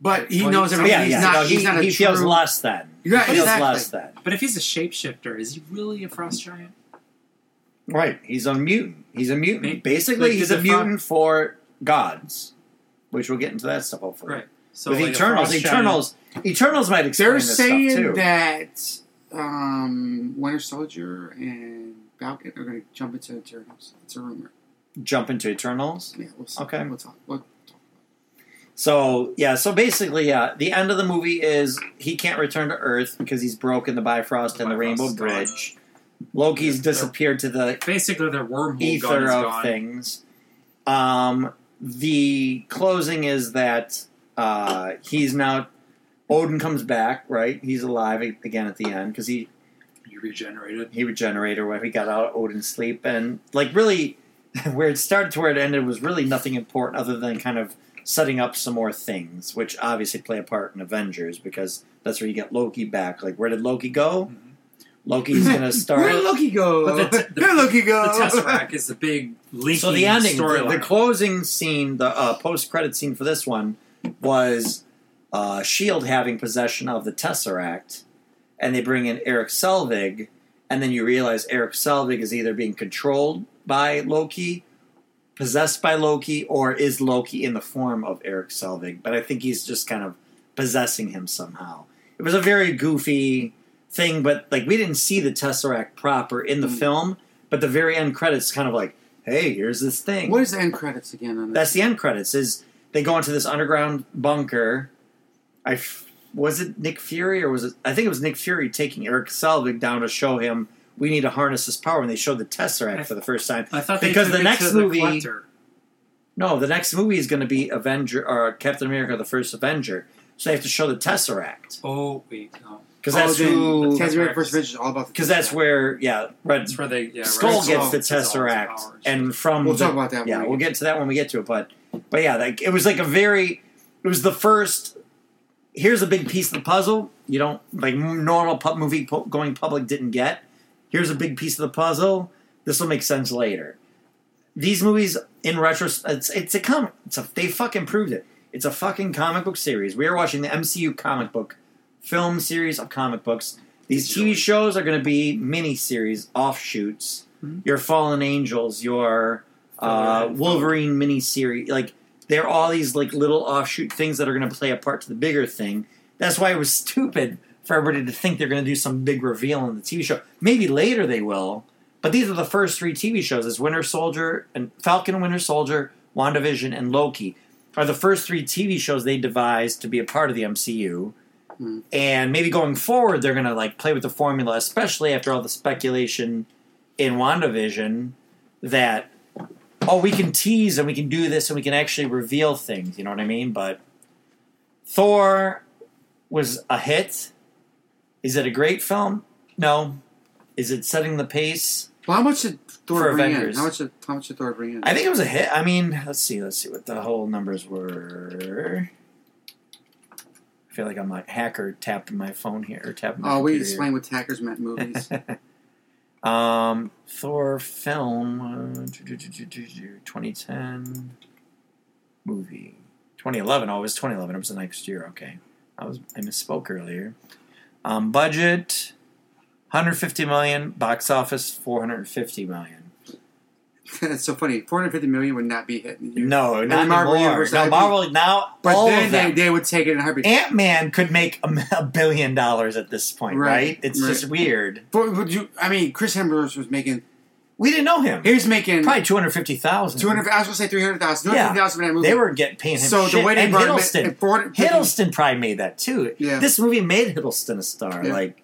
Speaker 9: but he
Speaker 7: Well,
Speaker 9: knows
Speaker 7: he-
Speaker 9: everything.
Speaker 8: But yeah,
Speaker 9: he's
Speaker 8: yeah.
Speaker 9: not.
Speaker 8: no, he,
Speaker 9: he's not a
Speaker 8: he
Speaker 9: true.
Speaker 8: feels less than.
Speaker 9: Yeah,
Speaker 8: he feels
Speaker 9: exactly.
Speaker 8: less than.
Speaker 7: But if he's a shapeshifter, is he really a frost giant?
Speaker 8: Right. He's a mutant. He's a mutant.
Speaker 7: Ma-
Speaker 8: Basically,
Speaker 7: like,
Speaker 8: he's
Speaker 7: did
Speaker 8: a
Speaker 7: the
Speaker 8: mutant for gods, which we'll get into that stuff hopefully.
Speaker 7: Right. So
Speaker 8: With
Speaker 7: like a
Speaker 8: Eternals,
Speaker 7: frost giant-
Speaker 8: Eternals, Eternals might explain
Speaker 9: They're
Speaker 8: this stuff too.
Speaker 9: saying that um, Winter Soldier and Falcon are going to jump into Eternals. It's a rumor.
Speaker 8: Jump into Eternals.
Speaker 9: Yeah, we'll see.
Speaker 8: Okay.
Speaker 9: we'll talk. We'll,
Speaker 8: So yeah, so basically, yeah, the end of the movie is he can't return to Earth because he's broken the Bifrost and the
Speaker 7: Bifrost
Speaker 8: Rainbow
Speaker 7: is gone.
Speaker 8: Bridge. Loki's
Speaker 7: Yeah, they're-
Speaker 8: disappeared to the
Speaker 7: Basically, their wormhole gun
Speaker 8: ether
Speaker 7: is
Speaker 8: of
Speaker 7: gone.
Speaker 8: things. Um, the closing is that uh, he's now Odin comes back, right? He's alive a- again at the end because he
Speaker 7: You regenerated.
Speaker 8: he regenerated when he got out of Odin's [laughs] sleep, and like really where it started to where it ended was really nothing important other than kind of setting up some more things, which obviously play a part in Avengers because that's where you get Loki back. Like, where did Loki go?
Speaker 7: Mm-hmm.
Speaker 8: Loki's going
Speaker 9: [laughs]
Speaker 8: to start.
Speaker 9: Where did Loki go? [laughs]
Speaker 7: But the t- the-
Speaker 9: Where did Loki
Speaker 7: The
Speaker 9: go?
Speaker 8: [laughs]
Speaker 7: Tesseract is the big linking
Speaker 8: so the ending, the, the
Speaker 7: storyline.
Speaker 8: closing scene, the uh, post-credit scene for this one was uh, Shield having possession of the Tesseract, and they bring in Eric Selvig, and then you realize Eric Selvig is either being controlled by Loki, possessed by Loki, or is Loki in the form of Eric Selvig. But I think he's just kind of possessing him somehow. It was a very goofy thing, but like we didn't see the Tesseract proper in the
Speaker 7: Hmm.
Speaker 8: film. But the very end credits kind of like, hey, here's this thing.
Speaker 9: What is the end credits again on
Speaker 8: That's
Speaker 9: this?
Speaker 8: the end credits. Is they go into this underground bunker. I f- was it Nick Fury or was it? I think it was Nick Fury taking Eric Selvig down to show him we need to harness this power, and they showed the Tesseract for the first time.
Speaker 7: I thought they
Speaker 8: because
Speaker 7: took
Speaker 8: the
Speaker 7: it
Speaker 8: next
Speaker 7: to
Speaker 8: movie-
Speaker 7: the collector.
Speaker 8: No, the next movie is going to be Avenger or Captain America: The First Avenger. So they have to show the Tesseract
Speaker 7: Oh wait, no.
Speaker 8: because that's
Speaker 9: oh, then
Speaker 8: who.
Speaker 9: Tesseract First Vision is all about the
Speaker 8: Because that's
Speaker 9: Tesseract.
Speaker 8: where yeah, Red
Speaker 7: That's where they yeah,
Speaker 8: Skull
Speaker 7: Red
Speaker 8: gets
Speaker 7: Skull
Speaker 8: the
Speaker 7: gets all his
Speaker 8: Tesseract,
Speaker 7: powers.
Speaker 8: and from
Speaker 9: We'll
Speaker 8: the-
Speaker 9: talk about that when
Speaker 8: Yeah,
Speaker 9: we
Speaker 8: we'll
Speaker 9: get
Speaker 8: get to that when we get to it. But but yeah, like it was like a very it was the first. Here's a big piece of the puzzle. You don't like normal pub movie pu- going public didn't get. Here's a big piece of the puzzle. This will make sense later. These movies, in retrospect, it's, it's a comic. It's a, they fucking proved it. It's a fucking comic book series. We are watching the MCU comic book film series of comic books. These TV shows are going to be mini series, offshoots. Your Fallen Angels, your uh, Wolverine miniseries. Like there are all these like little offshoot things that are going to play a part to the bigger thing. That's why it was [laughs] stupid for everybody to think they're going to do some big reveal in the TV show. Maybe later they will, but these are the first three TV shows: is Winter Soldier and Falcon and Winter Soldier, WandaVision, and Loki are the first three TV shows they devised to be a part of the MCU. And maybe going forward, they're going to like play with the formula, especially after all the speculation in WandaVision that oh we can tease and we can do this and we can actually reveal things you know what i mean but thor was a hit is it a great film no is it setting the pace
Speaker 9: Well, how much did Thor
Speaker 8: For
Speaker 9: bring
Speaker 8: Avengers.
Speaker 9: in? How much did how much did Thor bring in?
Speaker 8: i think it was a hit i mean let's see let's see what the whole numbers were i feel like i'm like hacker tapping my phone here or tapping my
Speaker 9: Oh, we
Speaker 8: computer here.
Speaker 9: explain what hackers meant
Speaker 8: [laughs]
Speaker 9: in movies. [laughs]
Speaker 8: Um, Thor film, uh, 2010 movie, 2011. Oh, it was 2011. It was the next year. Okay, I was I misspoke earlier. Um, budget 150 million. Box office 450 million.
Speaker 9: That's so funny. Four hundred fifty million would not be hit. in the year.
Speaker 8: No, not
Speaker 9: Marvel
Speaker 8: anymore.
Speaker 9: Universe, I
Speaker 8: No,
Speaker 9: think-
Speaker 8: Marvel now.
Speaker 9: but
Speaker 8: all
Speaker 9: then
Speaker 8: of them.
Speaker 9: they, they would take it in a heartbeat.
Speaker 8: Ant Man could make a, a billion dollars at this point, right?
Speaker 9: Right,
Speaker 8: It's
Speaker 9: right.
Speaker 8: just weird.
Speaker 9: But would you? I mean, Chris Hemsworth was making.
Speaker 8: We didn't know him.
Speaker 9: He was making
Speaker 8: Probably 250,000.
Speaker 9: two hundred. I was gonna say three hundred thousand. Two hundred thousand in that movie.
Speaker 8: They were getting paying him
Speaker 9: So the
Speaker 8: shit.
Speaker 9: way they
Speaker 8: and
Speaker 9: brought him in-
Speaker 8: Hiddleston,
Speaker 9: it brought-
Speaker 8: Hiddleston probably made that too.
Speaker 9: Yeah.
Speaker 8: This movie made Hiddleston a star.
Speaker 9: Yeah.
Speaker 8: Like,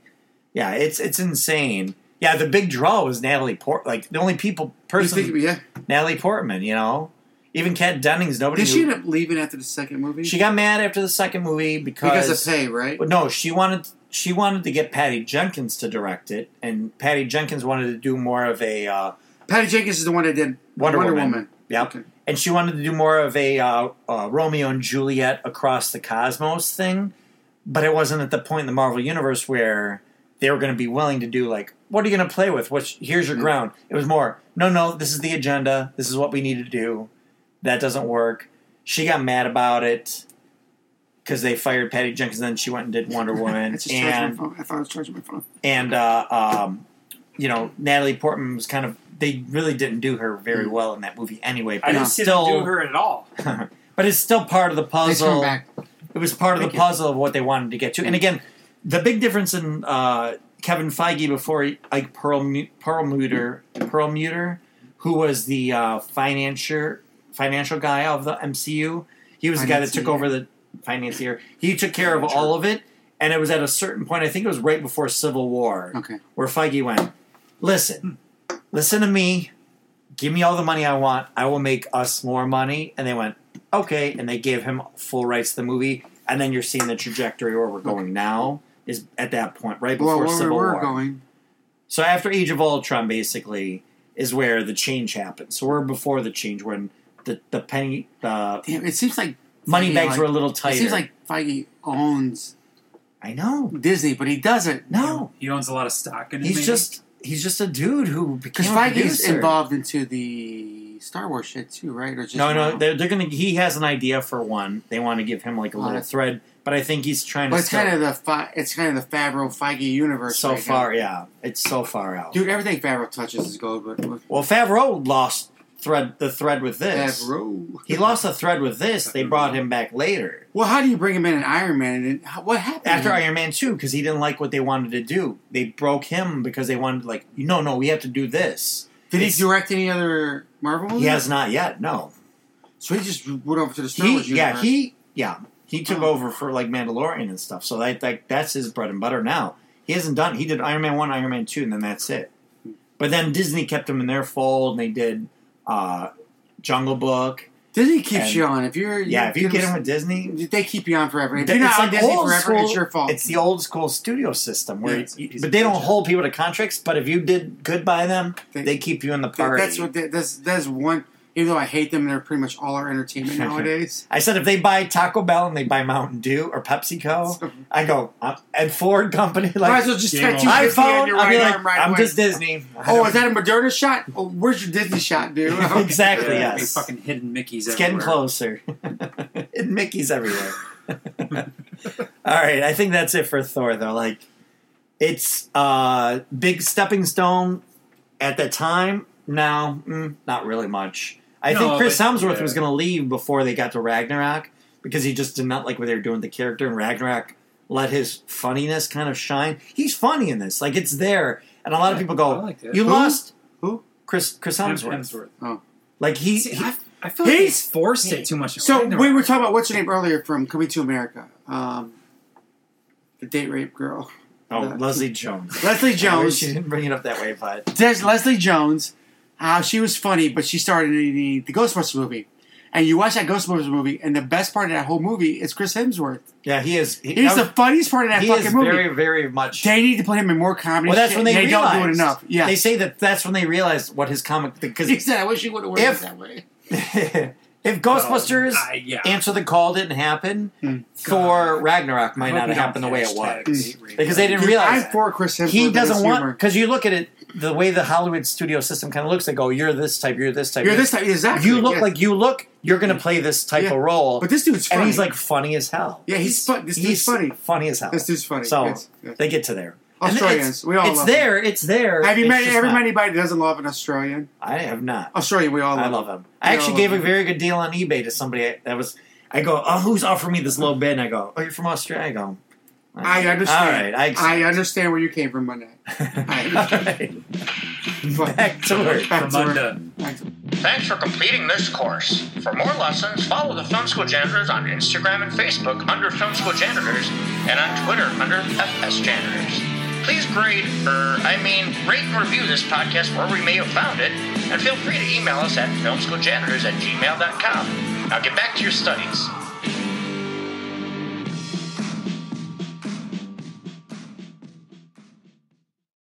Speaker 8: yeah, it's it's insane. Yeah, the big draw was Natalie Port. Like the only people
Speaker 9: You
Speaker 8: person,
Speaker 9: think- yeah.
Speaker 8: Natalie Portman. You know, even Kat Dennings. Nobody.
Speaker 9: Did she
Speaker 8: knew-
Speaker 9: end up leaving after the second movie?
Speaker 8: she got mad after the second movie because
Speaker 9: because of pay, right?
Speaker 8: But no, she wanted she wanted to get Patty Jenkins to direct it, and Patty Jenkins wanted to do more of a uh,
Speaker 9: Patty Jenkins is the one that did
Speaker 8: Wonder,
Speaker 9: Wonder,
Speaker 8: Woman. Yep.
Speaker 9: Okay.
Speaker 8: And she wanted to do more of a uh, uh, Romeo and Juliet across the cosmos thing, but it wasn't at the point in the Marvel universe where they were going to be willing to do like, what are you going to play with? What's here's your ground? It was more, no, no, this is the agenda. This is what we need to do. That doesn't work. She got mad about it because they fired Patty Jenkins. Then she went and did Wonder
Speaker 9: I
Speaker 8: Woman,
Speaker 9: just charged my
Speaker 8: and
Speaker 9: phone. I thought I was charging my phone.
Speaker 8: and uh, um, you know Natalie Portman was kind of. They really didn't do her very well in that movie anyway. But
Speaker 7: I didn't
Speaker 8: it's
Speaker 7: see
Speaker 8: still
Speaker 7: them do her at all.
Speaker 8: but it's still part of the
Speaker 9: Please come
Speaker 8: puzzle.
Speaker 9: back.
Speaker 8: It was part of
Speaker 9: Thank
Speaker 8: the
Speaker 9: you.
Speaker 8: puzzle of what they wanted to get to. And again, the big difference in uh, Kevin Feige before Ike Perlmu- Perlmutter, Perlmutter, who was the uh, financier, financial guy of the MCU, he was the guy that took
Speaker 9: Financier.
Speaker 8: over the financier. He took care of all of it, and it was at a certain point. I think it was right before Civil War,
Speaker 9: Okay.
Speaker 8: where Feige went, "Listen,
Speaker 9: Hmm.
Speaker 8: listen to me." give me all the money I want. I will make us more money. And they went, okay. And they gave him full rights to the movie. And then you're seeing the trajectory where we're going now is at that point, right before
Speaker 9: Well, where we
Speaker 8: Civil
Speaker 9: were
Speaker 8: War.
Speaker 9: going.
Speaker 8: So after Age of Ultron, basically, is where the change happens. So we're before the change when the, the penny, the
Speaker 9: Damn, it seems like
Speaker 8: money
Speaker 9: Feige,
Speaker 8: bags
Speaker 9: like-
Speaker 8: were a little tighter.
Speaker 9: It seems like Feige owns
Speaker 8: I know.
Speaker 9: Disney, but he doesn't.
Speaker 8: No,
Speaker 7: He owns a lot of stock in it.
Speaker 8: he's
Speaker 7: maybe?
Speaker 8: just he's just a dude who
Speaker 9: Because
Speaker 8: became a
Speaker 9: Feige's
Speaker 8: producer.
Speaker 9: involved into the Star Wars shit too, right? Or just
Speaker 8: No, no,
Speaker 9: Marvel?
Speaker 8: they're, they're gonna. He has an idea for one. They want to give him like a
Speaker 9: Oh,
Speaker 8: little
Speaker 9: that's-
Speaker 8: thread, but I think he's trying
Speaker 9: But
Speaker 8: to.
Speaker 9: it's kind of the Fe- it's kind of the Favreau Feige universe.
Speaker 8: so
Speaker 9: right now.
Speaker 8: far, yeah, it's so far out.
Speaker 9: dude. Everything Favreau touches is gold. But with
Speaker 8: Well, Favreau lost thread the thread with this.
Speaker 9: Favreau,
Speaker 8: He lost the thread with this. They brought him back later
Speaker 9: Well, how do you bring him in in Iron Man? And then how, what happened
Speaker 8: after
Speaker 9: to him?
Speaker 8: Iron Man two because he didn't like what they wanted to do. They broke him because they wanted like no, no, we have to do this.
Speaker 9: Did he
Speaker 8: It's-
Speaker 9: direct any other Marvel movies?
Speaker 8: He has not yet. No,
Speaker 9: So he just went over to the Star
Speaker 8: he
Speaker 9: Wars
Speaker 8: yeah
Speaker 9: universe.
Speaker 8: he yeah he took
Speaker 9: Oh.
Speaker 8: over for like Mandalorian and stuff. So that like that's his bread and butter now. He hasn't done. He did Iron Man one, Iron Man two, and then that's it. But then Disney kept him in their fold, and they did uh, Jungle Book.
Speaker 9: Disney keeps
Speaker 8: and-
Speaker 9: you on. If you're
Speaker 8: Yeah, if you get him with Disney,
Speaker 9: they keep you on forever. If
Speaker 8: Th-
Speaker 9: you're
Speaker 8: it's
Speaker 9: not on
Speaker 8: like
Speaker 9: Disney
Speaker 8: old
Speaker 9: forever,
Speaker 8: school-
Speaker 9: it's your fault.
Speaker 8: It's the old school studio system where,
Speaker 7: Yeah, it's-
Speaker 8: you-
Speaker 7: it's
Speaker 8: but they don't
Speaker 7: bullshit.
Speaker 8: hold people to contracts. But if you did good by them, they,
Speaker 9: They-
Speaker 8: keep you in the
Speaker 9: That-
Speaker 8: party.
Speaker 9: that's what that- that's that's one. Even though I hate them, they're pretty much all
Speaker 8: [laughs]
Speaker 9: our entertainment nowadays.
Speaker 8: I said if they buy Taco Bell and they buy Mountain Dew or
Speaker 9: [laughs]
Speaker 8: PepsiCo,
Speaker 9: So-
Speaker 8: I go "Uh, and Ford Company
Speaker 9: Might as
Speaker 8: like
Speaker 9: well just
Speaker 7: Game
Speaker 9: tattoo
Speaker 7: on.
Speaker 9: Disney on
Speaker 8: iPhone.
Speaker 9: your
Speaker 8: I'll be
Speaker 9: right
Speaker 8: like,
Speaker 9: arm right
Speaker 8: I'm
Speaker 9: away.
Speaker 8: just Disney. I
Speaker 9: Oh,
Speaker 8: don't-
Speaker 9: is that a Moderna shot? Oh, where's your Disney shot, dude?
Speaker 8: [laughs]
Speaker 9: [laughs]
Speaker 8: Exactly,
Speaker 7: Yeah,
Speaker 8: yes.
Speaker 7: big fucking hidden Mickey's.
Speaker 8: It's getting
Speaker 7: everywhere.
Speaker 8: closer. [laughs] and Mickey's [laughs] everywhere. All right, I think that's it for Thor though. Like it's uh big stepping stone at the time. Now, mm, not really much. I
Speaker 7: No,
Speaker 8: think Chris
Speaker 7: but-
Speaker 8: Hemsworth
Speaker 7: yeah.
Speaker 8: was going to leave before they got to Ragnarok because he just did not like what they were doing with the character and Ragnarok let his funniness kind of shine. He's funny in this. Like it's there. And a lot of
Speaker 7: Yeah,
Speaker 8: people go,
Speaker 7: I liked it.
Speaker 8: "You
Speaker 9: Who?
Speaker 8: lost
Speaker 9: Who?
Speaker 8: Chris Chris
Speaker 7: Hem-
Speaker 8: Hemsworth."
Speaker 7: Hemsworth.
Speaker 8: Like he,
Speaker 7: See,
Speaker 8: he-
Speaker 7: I, I feel like he's
Speaker 8: He's-
Speaker 7: forced it too much. in
Speaker 9: So
Speaker 7: Ragnarok.
Speaker 9: we were talking about what's her name earlier from Coming to America, um, the date rape girl, [laughs]
Speaker 8: oh,
Speaker 9: the-
Speaker 8: Leslie Jones.
Speaker 9: Leslie Jones.
Speaker 8: She didn't bring it up that way, but
Speaker 9: There's Leslie Jones. How she was funny, but she started in the, the Ghostbusters movie. And you watch that Ghostbusters movie, and the best part of that whole movie is Chris Hemsworth.
Speaker 8: yeah, he is. He,
Speaker 9: He's the funniest part of that
Speaker 8: he
Speaker 9: fucking
Speaker 8: is
Speaker 9: movie.
Speaker 8: very, very much.
Speaker 9: they need to put him in more comedy.
Speaker 8: well, that's
Speaker 9: shit,
Speaker 8: when they
Speaker 9: and they
Speaker 8: realized.
Speaker 9: don't do it enough. Yeah,
Speaker 8: they say that that's when they realized what his comic because
Speaker 9: he said, "I wish he would have worked
Speaker 8: If-
Speaker 9: it that way."
Speaker 8: [laughs] if
Speaker 7: Well,
Speaker 8: Ghostbusters
Speaker 7: Oh, I- yeah.
Speaker 8: Answer the Call didn't happen,
Speaker 9: Oh, Hmm.
Speaker 8: Thor Ragnarok might
Speaker 7: Hope
Speaker 8: not
Speaker 7: we don't
Speaker 8: happen the way it
Speaker 7: hashtag
Speaker 8: was
Speaker 7: hate rape.
Speaker 8: because they didn't
Speaker 9: Dude,
Speaker 8: realize
Speaker 9: I'm for Chris Hemsworth.
Speaker 8: he
Speaker 9: and his
Speaker 8: doesn't want
Speaker 9: humor.
Speaker 8: because you look at it the way the Hollywood studio system kind of looks. They go, "You're this type. You're this type.
Speaker 9: You're this type, exactly.
Speaker 8: You look
Speaker 9: yeah.
Speaker 8: like you look. You're going to play this type
Speaker 9: Yeah.
Speaker 8: of role."
Speaker 9: But this dude's funny.
Speaker 8: and he's like funny as hell.
Speaker 9: Yeah, he's fun- this dude's funny.
Speaker 8: funny as hell.
Speaker 9: This dude's funny.
Speaker 8: So
Speaker 9: Yes, yes.
Speaker 8: they get to there.
Speaker 9: Australians,
Speaker 8: And it's,
Speaker 9: we all
Speaker 8: It's
Speaker 9: love
Speaker 8: there. It's there.
Speaker 9: have you
Speaker 8: It's
Speaker 9: met
Speaker 8: just
Speaker 9: ever
Speaker 8: not-
Speaker 9: met anybody that doesn't love an Australian?
Speaker 8: I have not.
Speaker 9: Australian, we all love.
Speaker 8: I love him. I
Speaker 9: We
Speaker 8: actually
Speaker 9: all
Speaker 8: gave
Speaker 9: love
Speaker 8: a
Speaker 9: him.
Speaker 8: very good deal on eBay to somebody that was. I go, oh, who's offering me this low bid? And I go, oh, you're from Australia. I go,
Speaker 9: I understand.
Speaker 8: All right, I
Speaker 9: I understand where you came from on that. I
Speaker 8: All [laughs]
Speaker 9: understand. [laughs]
Speaker 8: right.
Speaker 9: But-
Speaker 8: Back to work.
Speaker 9: back to
Speaker 7: Amanda.
Speaker 9: her. Back to-
Speaker 1: Thanks for completing this course. For more lessons, follow the Film School Janitors on Instagram and Facebook under Film School Janitors and on Twitter under FS Janitors. Please grade, er, I mean, rate and review this podcast wherever you may have found it, and feel free to email us at filmschooljanitors at gmail.com. Now get back to your studies.